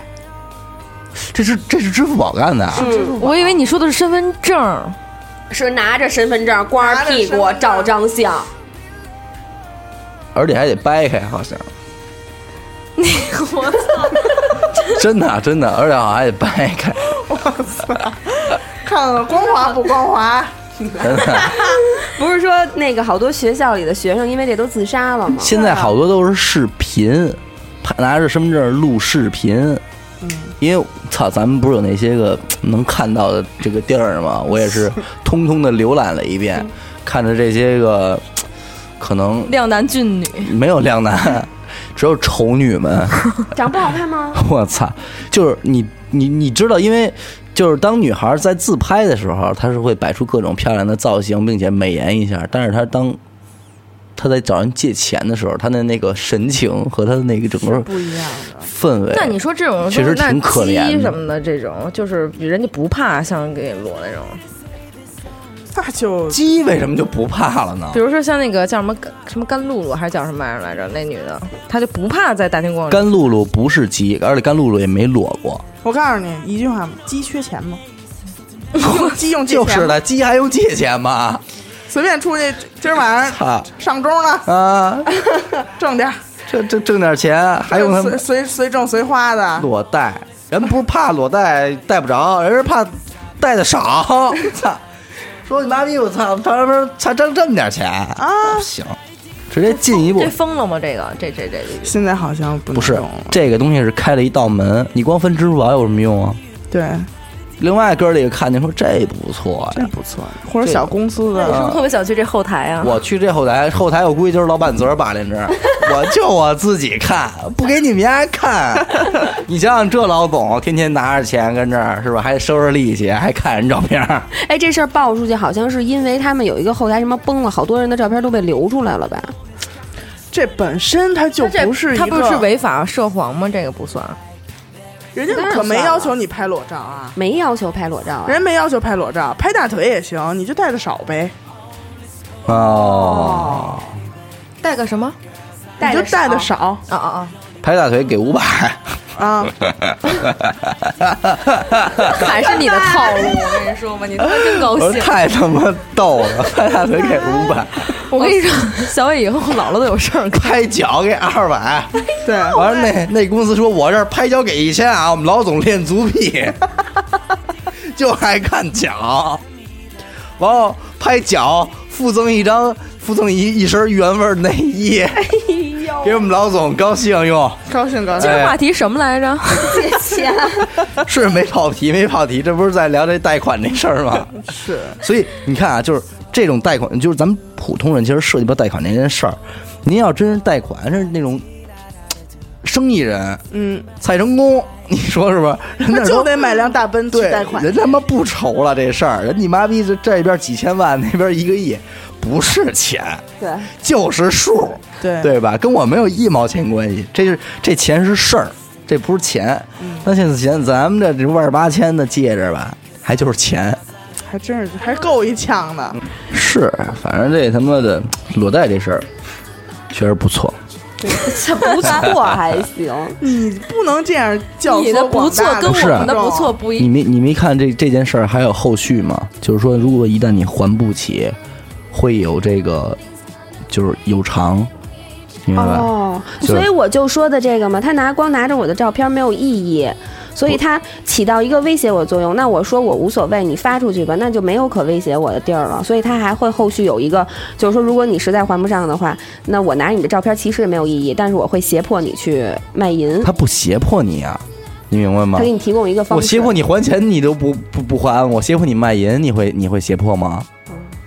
F: 这是这是支付宝干的啊。
C: 支付宝
E: 我以为你说的是身份证儿，
G: 是拿着身份证光着屁股照张相，
F: 而且还得掰开，好 像。我操！真的啊真的，而且好像还得掰开，
C: 看看光滑不光滑。
F: 真的。
G: 不是说那个好多学校里的学生因为这都自杀了吗？
F: 现在好多都是视频，拍拿着身份证录视频。因为操，咱们不是有那些个能看到的这个地儿吗？我也是通通的浏览了一遍，看着这些个可能
E: 靓男俊女，
F: 没有靓男， 只有丑女们。
G: 长不好看吗？
F: 我操，就是你你你知道，因为就是当女孩在自拍的时候，她是会摆出各种漂亮的造型，并且美颜一下，但是她当。她在找人借钱的时候，她的那个神情和她的那个整个
C: 不一样的。
F: 氛围，
E: 那你说这种
F: 确实挺可怜的
E: 那鸡什么的，这种就是人家不怕像给裸那种，
C: 那就
F: 鸡为什么就不怕了呢
E: 比？如说像那个叫什么什么甘露露还是叫什么玩意儿来着，那女的她就不怕在大庭广众。
F: 甘露露不是鸡，而且甘露露也没裸过，
C: 我告诉你一句话，鸡缺钱吗？用鸡用借
F: 就
C: 钱
F: 是
C: 吗，
F: 的，鸡还用借钱吗？
C: 随便出去，今儿晚 上
F: 操
C: 上钟了，
F: 啊，
C: 挣点儿，
F: 这这挣点钱还用他
C: 随
F: 们
C: 随随挣随花的。
F: 裸贷？人不是怕裸贷贷不着，人是怕贷的少。操， 说你妈逼，我操，他们才挣这么点钱啊？不行，直接进一步
E: 这。疯了吗？这个这这这这
C: 现在好像不
F: 不是
C: 能用了
F: 这个东西是开了一道门，你光分支付宝有什么用啊？
C: 对，
F: 另外哥儿几个看见说这不错呀
C: 这，不错，或者小公司的
E: 是不是特别想去这后台啊？
F: 我去这后台，后台我估计就是老板自个儿把连 着，我就我自己看，不给你们家 看。你想想这老总天天拿着钱跟这儿是吧，还收拾利息，还看人照片儿，
G: 哎，这事儿爆出去，好像是因为他们有一个后台什么崩了，好多人的照片都被流出来了吧？
C: 这本身它就
E: 她这
C: 不是一
E: 她
C: 个，
E: 不是违法涉黄吗？这个不算。
C: 人家可没要求你拍裸照啊，
G: 没要求拍裸照啊
C: 人。家没要求拍裸照，拍大腿也行，你就带的少呗，
F: 哦，
E: 带个什么？
C: 你就带的少
E: 啊啊啊！
F: 拍大腿给五百，
C: 啊。
E: 还是你的套路，我跟你说吧，你他妈真高
F: 我说
E: 兴。
F: 太他妈逗了，拍大腿给五百，
E: 我跟你说，小伟以后老了都有事儿干。
F: 拍脚给二百。
C: 对，
F: 完了那那公司说我这儿拍脚给一千啊，我们老总练足癖，就爱看脚，完后拍脚附赠一张附赠一一身原味内衣，
G: 哎呦
F: 给我们老总高兴哟，
C: 高兴高兴
F: 哎
E: 今。儿话题什么来 着？
G: 借钱，
F: 是没跑题，没跑题，这不是在聊这贷款这事儿吗？
C: 是，
F: 所以你看啊，就是这种贷款，就是咱们普通人其实涉及不到贷款这件事儿。您要真是贷款，是那种嘖生意人，
C: 嗯，
F: 蔡成功，你说是不是？人
C: 那
F: 那
C: 就
F: 都
C: 得买辆大奔去
F: 对
C: 贷款，
F: 人他妈不愁了这事儿，人你妈逼这这边几千万， 那边一个亿，不是钱，
G: 对，
F: 就是数，
C: 对
F: 对吧？跟我没有一毛钱关系，这是这钱是事儿，这不是钱。
C: 嗯
F: 那现在钱，咱们这这万八千的借着吧，还就是钱。
C: 还真是还够一呛的。
F: 是，反正这他妈的裸贷这事儿确实不错。
G: 这 不错还行。
C: 你不能这样教
B: 你的
C: 唆
B: 不
C: 广
B: 错
C: 大
B: 跟
C: 的
B: 我们的
C: 观众
B: 不错不
F: 你
B: 一，
F: 没你没看这这件事儿还有后续吗？就是说，如果一旦你还不起，会有这个就是有偿，明白吧？
G: 哦，
F: 就是
G: 所以我就说的这个嘛，他拿光拿着我的照片没有意义，所以他起到一个威胁我的作用。那我说我无所谓，你发出去吧，那就没有可威胁我的地儿了。所以他还会后续有一个，就是说，如果你实在还不上的话，那我拿你的照片其实也没有意义，但是我会胁迫你去卖淫，
F: 他不胁迫你啊，你明白吗
G: 他给？你提供一个方
F: 我
G: 式。
F: 胁迫你还钱，你都不不不还；我胁迫你卖淫，你会你会胁迫吗？
B: 嗯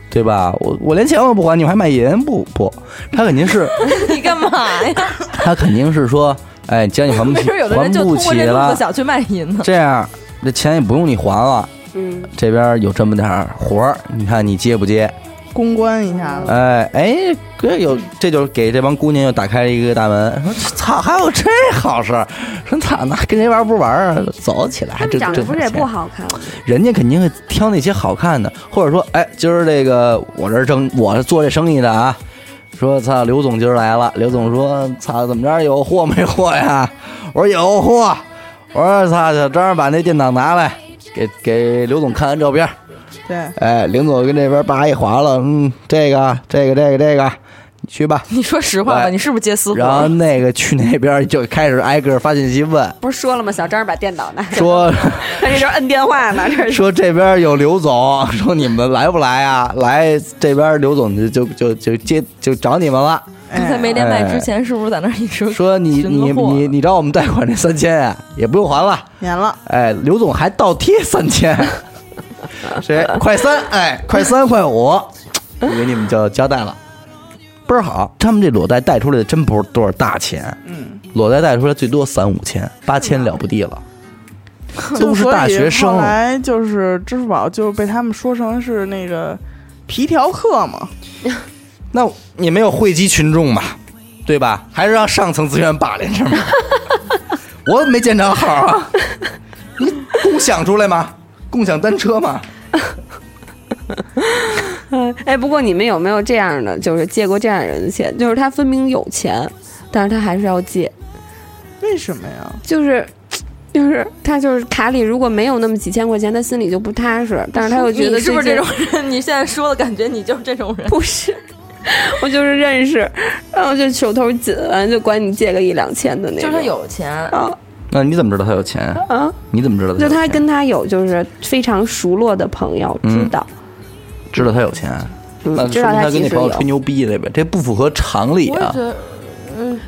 F: 对吧？我我连钱我不还，你还卖淫？不不，他肯定是
B: 你干嘛呀？
F: 他肯定是说，哎，既然 你还不
B: 没
F: 起，
B: 准有的
F: 还
B: 人就
F: 不
B: 通过
F: 起
B: 这路
F: 了
B: 子，想去卖淫 呢。
F: 这样这钱也不用你还了。
G: 嗯，
F: 这边有这么点儿活儿，你看你接不接？
C: 公关一下子。
F: 哎哎，这有这就是给这帮姑娘又打开了一个大门。说操，还有这好事儿？说操，那跟谁玩不玩啊？走起来
G: 他，们
F: 这
G: 长得不是也不，好看吗，
F: 这人家肯定会挑那些好看的，或者说，哎，今儿这个我这儿挣，我是做这生意的啊。说操，刘总今儿来了。刘总说，操，怎么着有货没货呀？我说有货。我说操，小张把那电脑拿来，给给刘总看看照片。
C: 对，
F: 哎，林总跟这边叭一划了，嗯，这个这个这个这个，你去吧。
B: 你说实话吧，
F: 哎
B: 你是不是接私
F: 然后
B: 活？
F: 那个去那边就开始挨个发信息问，
G: 不是说了吗？小张把电脑拿着，
F: 说
G: 他这就是摁电话 呢，这是。
F: 说这边有刘总，说你们来不来啊？来这边刘总就就就就接就找你们了，
B: 刚才
C: 哎，
B: 没连麦之前，是不是在那儿一直
F: 哎说你
B: 寻个
F: 你
B: 货
F: 你你找我们贷款这三千啊，也不用还了。
C: 免了。
F: 哎，刘总还倒贴三千， 谁快三？哎，快三快五，我给你们就交代了，倍儿好。他们这裸贷贷出来的真不是多少大钱，
C: 嗯，
F: 裸贷贷出来最多三五千、八千了不地了，都是大学
C: 所以后
F: 生。
C: 来就是支付宝就被他们说成是那个皮条客嘛，
F: 那你没有惠及群众嘛，对吧？还是让上层资源把连 着嘛。我没见着号啊，你共享出来吗？共享单车吗？
G: 哎，不过你们有没有这样的，就是借过这样人的钱？就是他分明有钱，但是他还是要借，
C: 为什么呀？
G: 就是。就是他就是卡里如果没有那么几千块钱，他心里就不踏实，但是他又觉得
B: 你是不是
G: 最
B: 这
G: 近
B: 种人？ 你现在说的感觉你就是这种人。
G: 不是， 我就是认识，然后就手头紧，完了就管你借个一两千的那
B: 就
G: 种。
B: 是他有钱，
G: 啊
F: 那你怎么知道他有钱？
G: 啊，
F: 你怎么知道
G: 就
F: 有
G: 他
F: 钱
G: 跟他有就是非常熟络的朋友
F: 嗯
G: 知道，
F: 知道他有钱，啊
G: 嗯
F: 那
G: 知
F: 说
G: 道
F: 明
G: 他
F: 跟
G: 其
F: 你
G: 实
F: 朋友
G: 有
F: 吹，牛逼对吧？这不符合常理
B: 我也
F: 啊
B: 觉！得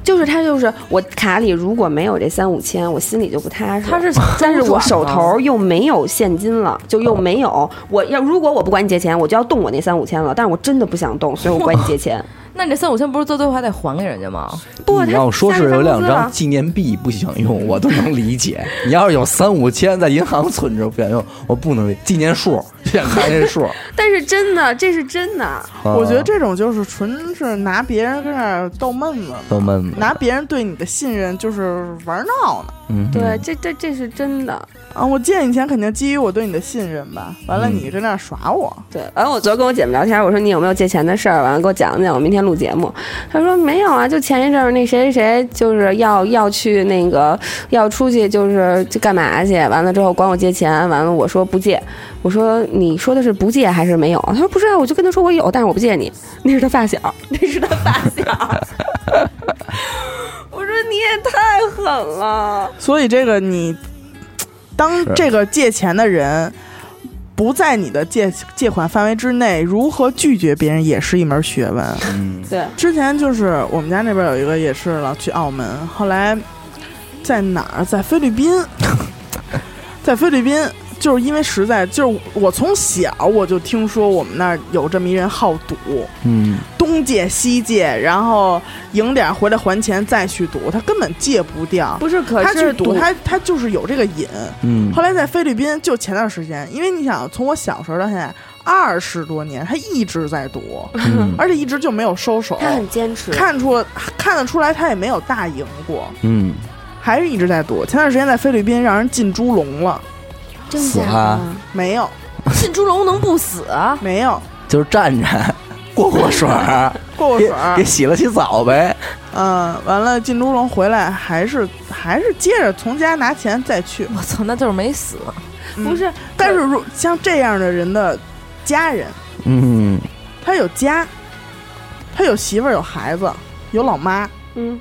G: 就是他就是我卡里如果没有这三五千，我心里就不踏实。
B: 他是想周转吗，
G: 但是我手头又没有现金了，就又没有。我要如果我不管你借钱，我就要动我那三五千了。但是我真的不想动，所以我管你 借钱。
B: 那你这三五千不是最多还得还给人家 吗？
G: 不，他
F: 你要说
G: 下个
F: 是有
G: 月发
F: 两
G: 工资
F: 张
G: 了
F: 纪念币不想用，我都能理解。 你要是有三五千在银行存着不想用，我不能理纪念数， 想看这数。
G: 但是真的，这是真的。
C: 我觉得
F: 啊
C: 这种就是纯是拿别人跟那儿逗闷子嘛，
F: 逗闷子
C: 拿别人对你的信任就是玩闹呢。
F: 嗯
G: 对，这这这是真的。
C: 啊，我借你钱肯定基于我对你的信任吧？完了，
F: 嗯
C: 你跟那儿耍我，
G: 对，完了我昨儿跟我姐们聊天，我说你有没有借钱的事儿？完了给我讲讲，我明天录节目。她说没有啊，就前一阵儿那谁谁谁就是要要去那个要出去就是就干嘛去？完了之后管我借钱，完了我说不借，我说你说的是不借还是没有？她说不是啊，我就跟她说我有，但是我不借你。那是她发小，那是她发小。我说你也太狠了，
C: 所以这个你，当
F: 是
C: 这个借钱的人不在你的借借款范围之内，如何拒绝别人也是一门学问。
F: 嗯，
G: 对，
C: 之前就是我们家那边有一个也是老去澳门，后来在哪儿，在菲律 宾，在菲律宾，就是因为实在就是我从小我就听说我们那儿有这么一人好赌，
F: 嗯，
C: 东借西借，然后赢点儿回来还钱再去赌，他根本戒不掉。
G: 不是，可
C: 他去
G: 是
C: 赌，他他就是有这个瘾。
F: 嗯，
C: 后来在菲律宾，就前段时间，因为你想，从我小时候到现在二十多年，他一直在赌，
F: 嗯
C: 而且一直就没有收手。
G: 他很坚持，
C: 看出看得出来，他也没有大赢过，
F: 嗯，
C: 还是一直在赌。前段时间在菲律宾让人进猪笼了，
G: 真
F: 死
G: 假
F: 哈
G: 的？
C: 没有，
E: 进猪笼能不死啊？
C: 没有
F: 就是站着过过水儿，
C: 过过水
F: 给
C: 儿
F: 给。洗了洗澡呗。
C: 嗯，完了进猪笼回来，还是还是接着从家拿钱再去。
E: 我操，那就是没死。
C: 嗯
G: 不，是，
C: 但是如像这样的人的家人，
F: 嗯，
C: 他有家，他有媳妇儿，有孩子，有老妈，
G: 嗯，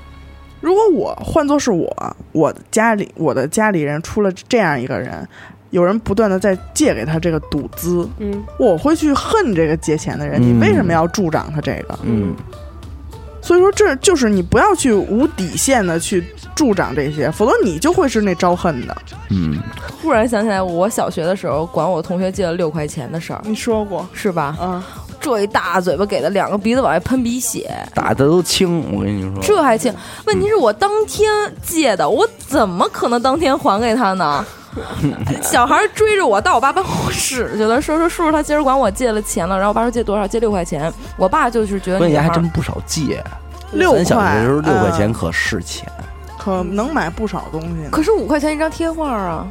C: 如果我换作是我，我的家里我的家里人出了这样一个人，有人不断的在借给他这个赌资，
G: 嗯，
C: 我会去恨这个借钱的人。
F: 嗯
C: 你为什么要助长他这个？
F: 嗯，
C: 所以说这就是你不要去无底线的去助长这些，否则你就会是那招恨的。
F: 嗯，
E: 忽然想起来，我小学的时候管我同学借了六块钱的事儿，
C: 你说过，
E: 是吧？
C: 嗯，
E: 这一大嘴巴给的，两个鼻子往外喷鼻血，
F: 打的都轻，我跟你说，
E: 这还行。问题是我当天借的，我怎么可能当天还给他呢？ 小孩追着我到我爸办公室去了，说说叔叔他今儿管我借了钱了，然后我爸说借多少，借六块钱。我爸就是觉得
F: 关
E: 女
F: 键
E: 孩
F: 还真不少借。
C: 六块，
F: 咱小学的时候六块钱
C: 嗯
F: 可是钱，
C: 可能买不少东西呢。
E: 可是五块钱一张贴画啊，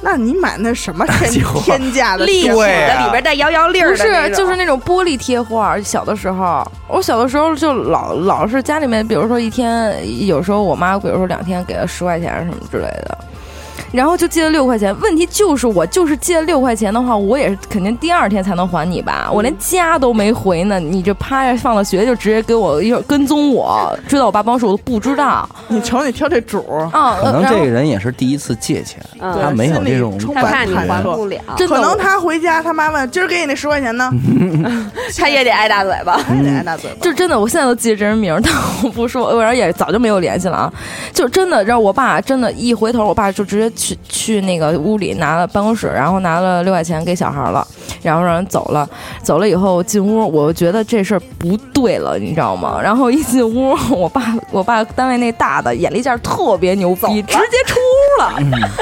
C: 那你买那什么
F: 结
C: 天
F: 果
C: 天价的
G: 立体
C: 贴
F: 对啊
C: 纸？
G: 的里边带摇摇粒儿
E: 不
G: 的
E: 是
G: 那种，
E: 就是那种玻璃贴画。小的时候，我小的时候就老老是家里面，比如说一天，有时候我妈比如说两天给了十块钱什么之类的。然后就借了六块钱，问题就是我就是借六块钱的话，我也是肯定第二天才能还你吧，我连
G: 嗯
E: 家都没回呢，你这趴下放了学就直接给我一会儿跟踪我，追到我爸办公室我都不知道
C: 你瞅你挑这主儿，
E: 啊。
F: 可能
E: 然后
F: 这个人也是第一次借钱，
G: 嗯
F: 他没有
C: 心里
F: 这种
C: 充
G: 他
C: 满
G: 怕你
F: 感觉
G: 还不了，
E: 呃真的
C: 可能他回家，他妈问今儿给你那十块钱
F: 嗯
C: 呢，哎
G: 他也得挨大嘴巴。
C: 他也得挨大嘴巴。
E: 就真的，我现在都记得真人名儿， 但我不说，我然后也早就没有联系了啊。就真的让我爸真的，一回头，我爸就直接去去那个屋里拿了办公室，然后拿了六块钱给小孩了，然后让人走了。走了以后进屋，我觉得这事儿不对了，你知道吗？然后一进屋， 我爸我爸单位那大的眼力劲儿特别牛逼，直接出屋了。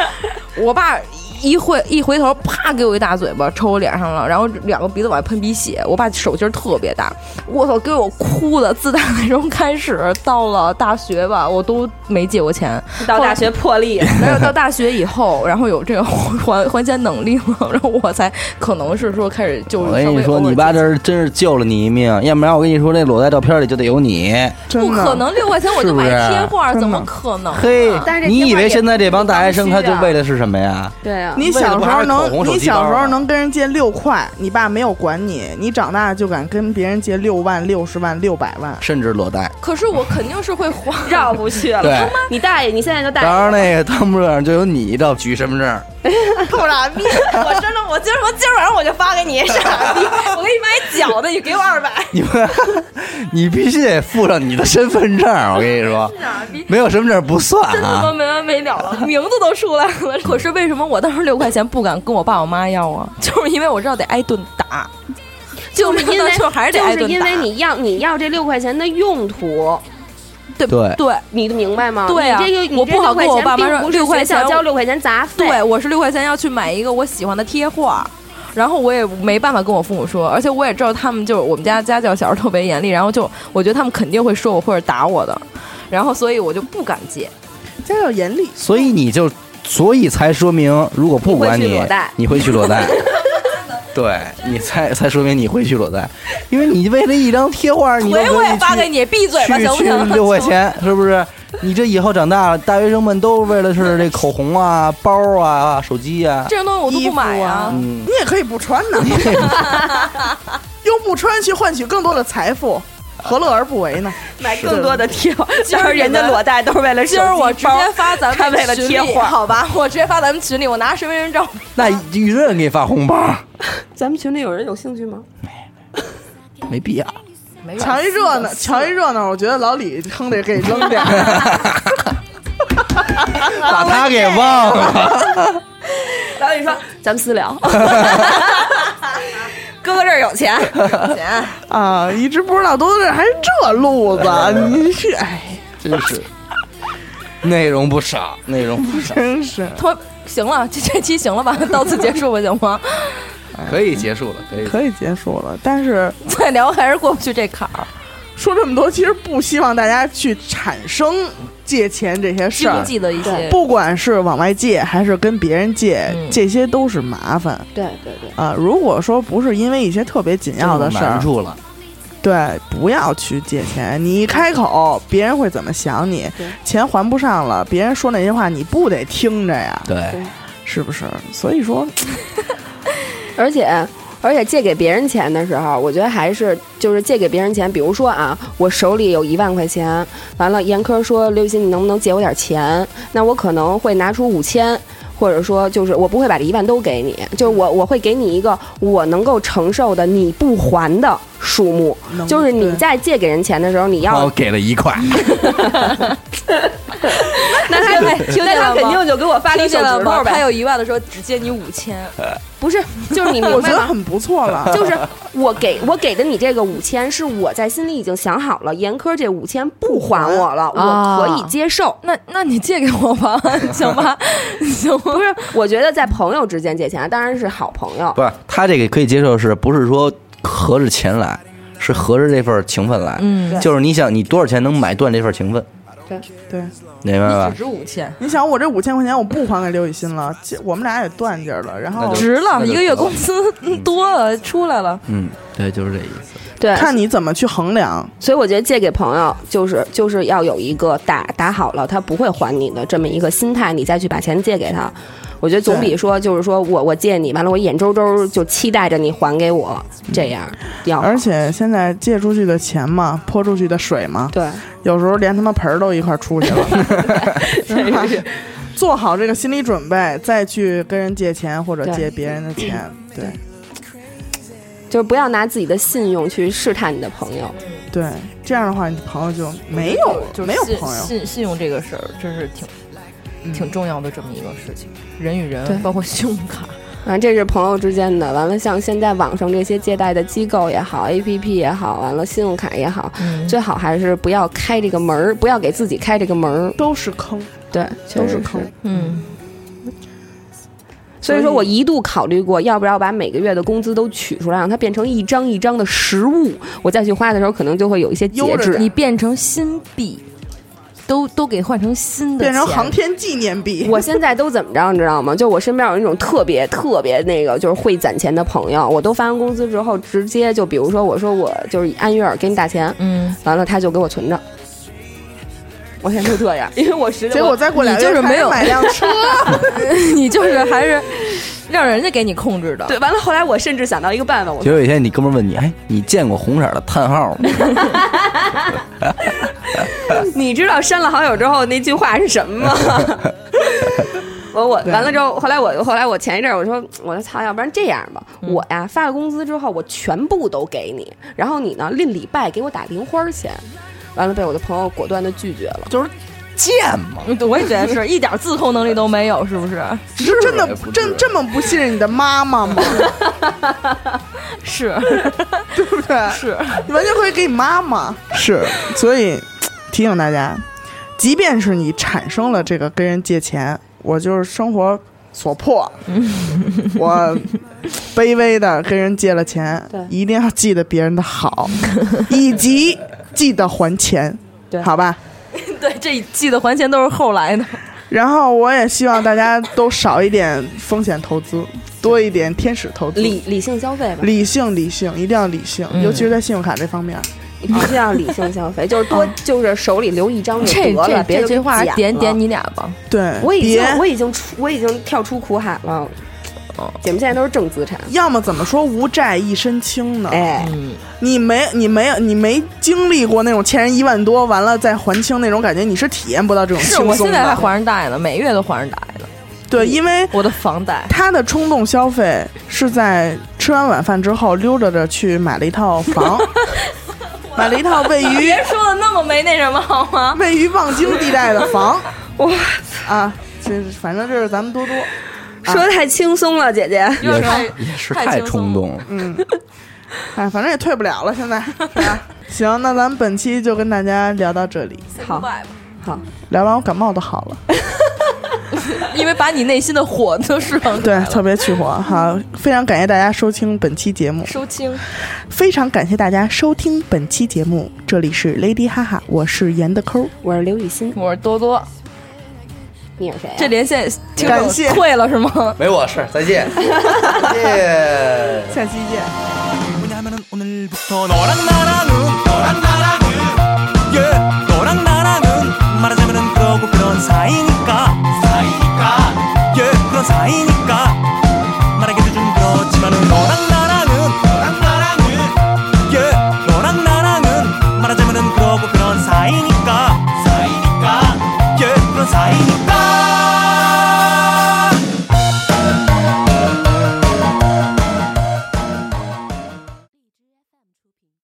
E: 我爸一回一回头，啪给我一大嘴巴，抽我脸上了，然后两个鼻子往外喷鼻血。我爸手劲儿特别大，我操，给我哭的。自打那时候开始，到了大学吧，我都没借过钱。
G: 到大学破 例，
E: 然后到大学以后，然后有这个还还钱能力了，然后我才可能是说开始就
F: 我
E: 是
F: 跟
E: 稍
F: 你
E: 微偶
F: 说，
E: 尔
F: 你
E: 借
F: 爸
E: 钱
F: 这是真是救了你一命，要不然我跟你说，那裸在照片里就得有你。
C: 真
E: 不
C: 的
E: 可能六块钱我
F: 是
E: 就
F: 不
E: 买
F: 是
E: 贴画，
C: 真的
E: 怎么可能？
F: 嘿
G: 但是，这
F: 啊你
G: 电
F: 以
G: 话
F: 为
G: 也
F: 现在这帮大学生
G: 不
F: 他
G: 刚需
F: 就
G: 啊
F: 为的是什么呀？
G: 对啊，
C: 你小时候
F: 为了不还是口红
C: 能，
F: 手
C: 你
F: 机包
C: 小
F: 啊
C: 时候能跟人借六块，你爸没有管你，你长大就敢跟别人借六万、六十万、六百万。
F: 甚至裸贷。
E: 可是我肯定是会 还。
G: 绕不去了。
F: 对，
G: 你大爷，你现在就大
F: 当
G: 爷
F: 时，那个汤姆热上就有你一照举身份证，
G: 臭傻 逼！我真的，我今儿我今儿晚上我就发给你，傻逼！我给你买脚的，你给我二百。
F: 你们 你必须得附上你的身份证。我跟你说，没有身份证不算
E: 真他妈
F: 啊。
E: 没完没了 了，名字都出来了。可是为什么我当时六块钱不敢跟我爸我妈要啊？ 就是因为我知道得挨顿打，
G: 就是因为
E: 就还是得挨
G: 就
E: 顿
G: 是
E: 打
G: 因为你要你要这六块钱的用途，
E: 对
F: 对
E: 对
G: 你明白吗？
E: 对啊
G: 你这个
E: 我不好跟我爸妈说
G: 不
E: 6块钱
G: 校交六块钱杂费，
E: 对，我是六块钱要去买一个我喜欢的贴画。然后我也没办法跟我父母说，而且我也知道他们就是我们家家教小时候特别严厉，然后就我觉得他们肯定会说我或者打我的，然后所以我就不敢借。
C: 家教严厉，
F: 所以你就，所以才说明，如果不管
G: 你会去
F: 你
G: 裸贷，
F: 你会去裸贷。 对你才才说明你会去裸贷，因为你为了一张贴画，你都
E: 回
F: 可
E: 我
F: 以
E: 也发
F: 去
E: 给你，闭嘴吧，
F: 去
E: 行不
F: 去
E: 行？
F: 六块钱是不是？你这以后长大了，大学生们都为了是这口红啊、包啊、手机啊，
E: 这种东西我都不买呀、
C: 衣服
F: 嗯
C: 你也可以不穿呢，用不穿去换取更多的财富。何乐而不为呢？
G: 买更多的贴，就是人家裸贷都是为 了
E: 今儿我直接发咱
G: 他
E: 们
G: 为了
E: 群
G: 贴
E: 里
G: 画
E: 好吧， 我直接发咱们群里，我拿身份证 照。
F: 那舆论给发红包，
G: 咱们群里有人有兴趣吗？
F: 没必
E: 啊
F: 要。
C: 瞧一热闹，瞧一热闹，我觉得老李坑得给扔点儿。
F: 把他给忘了，
G: 然后你说咱们私 聊，哥哥这儿有钱，
C: 啊，一直不知道都是还这 路子，你是哎，
F: 真是内容不少，内容不少，
C: 真是
E: 他行了，这这期行了 吧，到此结束吧，行吗？
F: 可以结束了，可以。
C: 可以结束了。但是
E: 再聊还是过不去这坎儿，
C: 说这么多，其实不希望大家去产生借钱这些事
E: 经
C: 儿，
E: 济的一些。
C: 不管是往外借还是跟别人借，
E: 嗯
C: 这些都是麻烦
G: 对对对，
C: 啊、如果说不是因为一些特别紧要的事
F: 难
C: 儿，
F: 处了，
C: 对，不要去借钱。你一开口，别人会怎么想你
G: 对？
C: 钱还不上了，别人说那些话，你不得听着呀？
F: 对，
C: 是不是？所以说，
G: 而且。而且借给别人钱的时候，我觉得还是就是借给别人钱，比如说啊，我手里有一万块钱，完了严科说刘雨欣，你能不能借我点钱？那我可能会拿出五千，或者说就是我不会把这一万都给你，就是我我会给你一个我能够承受的你不还的数目，
C: 能
G: 就是你
C: 对
G: 在借给人钱的时候，你
F: 然
G: 要
F: 后给了一 块，
G: 那 他
E: 听见
G: 那他
E: 了吗
G: 肯定就给我发了一
E: 听见
G: 手
E: 了
G: 指头
E: 吗？他
G: 呗，
E: 有一万的时候只借你五千，
G: 不是，就是 你明
C: 我觉
G: 白
C: 得
G: 吗？
C: 很不错了。
G: 就是我给我给的你这个五千，是我在心里已经想好了，严科这五千不还我了，
E: 啊
G: 我可以接受。
E: 那那你借给我吧， 行吧，行吗？
G: 不是，我觉得在朋友之间借钱，当然是好朋友
F: 不。是他这个可以接受，是不是说合着钱来，是合着这份情分来？
E: 嗯，
F: 就是你想，你多少钱能买断这份情分？
C: 对，
F: 明白吧？
E: 值五千，
C: 你想我这五千块钱我不还给刘雨欣了，这我们俩也断劲儿了。然
F: 那
C: 后
F: 就
E: 值了，
F: 那就
E: 一个月工资嗯多了出来了，
F: 嗯，对，就是这意思。
G: 对，
C: 看你怎么去衡量。
G: 所以我觉得借给朋友就是就是要有一个打打好了，他不会还你的这么一个心态，你再去把钱借给他。我觉得总比说就是说我我借你，完了我眼睁睁就期待着你还给我，这样要
C: 嗯
G: 好
C: 而且现在借出去的钱嘛，泼出去的水嘛，
G: 对
C: 有时候连他妈盆儿都一块儿出 去了。是吧做好这个心理准备，再去跟人借钱或者
G: 对
C: 借别人的 钱，对
G: 就是不要拿自己的信用去试探你的朋友。
C: 对，这样的话，你朋友就没有
E: 就是
C: 没有
E: 信
C: 朋友。
E: 信信用这个事儿真是挺
C: 嗯
E: 挺重要的这么一个事情，人与
G: 对
E: 人包括信用卡，
G: 啊，这是朋友之间的。完了，像现在网上这些借贷的机构也好，APP 也好，完了信用卡也好，
E: 嗯
G: 最好还是不要开这个门儿，不要给自己开这个门儿。
C: 都是坑，
G: 对，
C: 都
G: 确
C: 是
G: 实
C: 坑。
E: 嗯，
G: 所以说我一度考虑过，要不要把每个月的工资都取出来，让它变成一张一张的实物，我再去花的时候可能就会有一些节
C: 悠着
G: 制。
E: 你变成新币，都都给换成新的
C: 变
E: 钱，
C: 成航天纪念币。
G: 我现在都怎么着，你知道吗？就我身边有那种特别特别那个，就是会攒钱的朋友，我都发完工资之后，直接就比如说我说我就是按月儿给你打钱，
E: 嗯，
G: 完了他就给我存着。我现在就这样，因为我实
C: 结果再过俩
E: 你就
C: 月
E: 是
C: 开
E: 没
C: 始
E: 有
C: 买辆车，
E: 你就是还是让人家给你控制的，
G: 对，完了后来我甚至想到一个办法，我
F: 结果有一天，你哥们儿问你：“哎，你见过红色的叹号 吗。
G: 你知道删了好友之后那句话是 什么吗？我我完了之后，后来我后来我前一阵儿我说我说操，要不然这样吧，
E: 嗯
G: 我呀发了工资之后我全部都给你，然后你呢另礼拜给我打零花钱，完了被我的朋友果断的拒绝了？”
F: 就是贱嘛，
E: 我也觉得是一点自控能力都没有，是不是？
C: 你是真的
F: 不至于
C: 真这么不信任你的妈妈吗？
E: 是，
C: 对不对？
E: 是，
C: 你完全可以给你妈妈。是，所以提醒大家，即便是你产生了这个跟人借钱，我就是生活所迫，我卑微的跟人借了钱
G: 对，
C: 一定要记得别人的好，以及记得还钱，
G: 对
C: 好吧？
E: 对，这记得还钱都是后来 的，
C: 然后我也希望大家都少一点风险投资，多一点天使投资。
G: 理理性消费吧，
C: 理性，理性，一定要理性，尤其是在信用卡这方面。
G: 你必须要理性消费，就是多就是手里留一张就
E: 这
G: 得了，
E: 嗯这
G: 别
E: 这
G: 就
E: 句话
G: 给
E: 点
G: 剪了
E: 点。你俩吧，
C: 对，
G: 我已经
C: 别
G: 我已经出我已经跳出苦海了，
E: 哦
G: 姐们现在都是正资产，
C: 要么怎么说无债一身轻呢？
G: 哎，
C: 你没你没有你没经历过那种欠人一万多，完了再还清那种感觉，你是体验不到这种
E: 是
C: 轻
E: 我
C: 松
E: 现在还
C: 的。
E: 还着贷呢，每月都还着贷呢，
C: 对，因为
E: 我的房贷。
C: 他的冲动消费是在吃完晚饭之后溜达着去买了一套房，买了一套位于
E: 别 说的那么没那什么好吗？
C: 位于望京地带的房。我啊，这反正这是咱们多多。
E: 嗯
G: 说的太轻松了，姐姐。
F: 也
E: 太
F: 是也是
E: 太
F: 太
E: 轻松
F: 冲动了。嗯
C: 哎，反正也退不了了，现在。啊、行，那咱们本期就跟大家聊到这里，
G: 好，
C: 聊完我感冒都好了，
E: 因为把你内心的火都 释放出
C: 对
E: 来，了，
C: 特别去火。好，非常感谢大家收听本期节目，
E: 收清。
C: 非常感谢大家收听本期节目，这里是 Lady 哈哈，我是严的抠，
G: 我是刘雨欣，
E: 我是多多，
G: 你是谁、啊？
E: 这连线听
C: 感谢
E: 众退了是吗？
F: 没我事儿，再见， 再见。
C: 下期见。
H: 왜냐하면은 오늘부터 너랑 예, 나 예, 예, 예,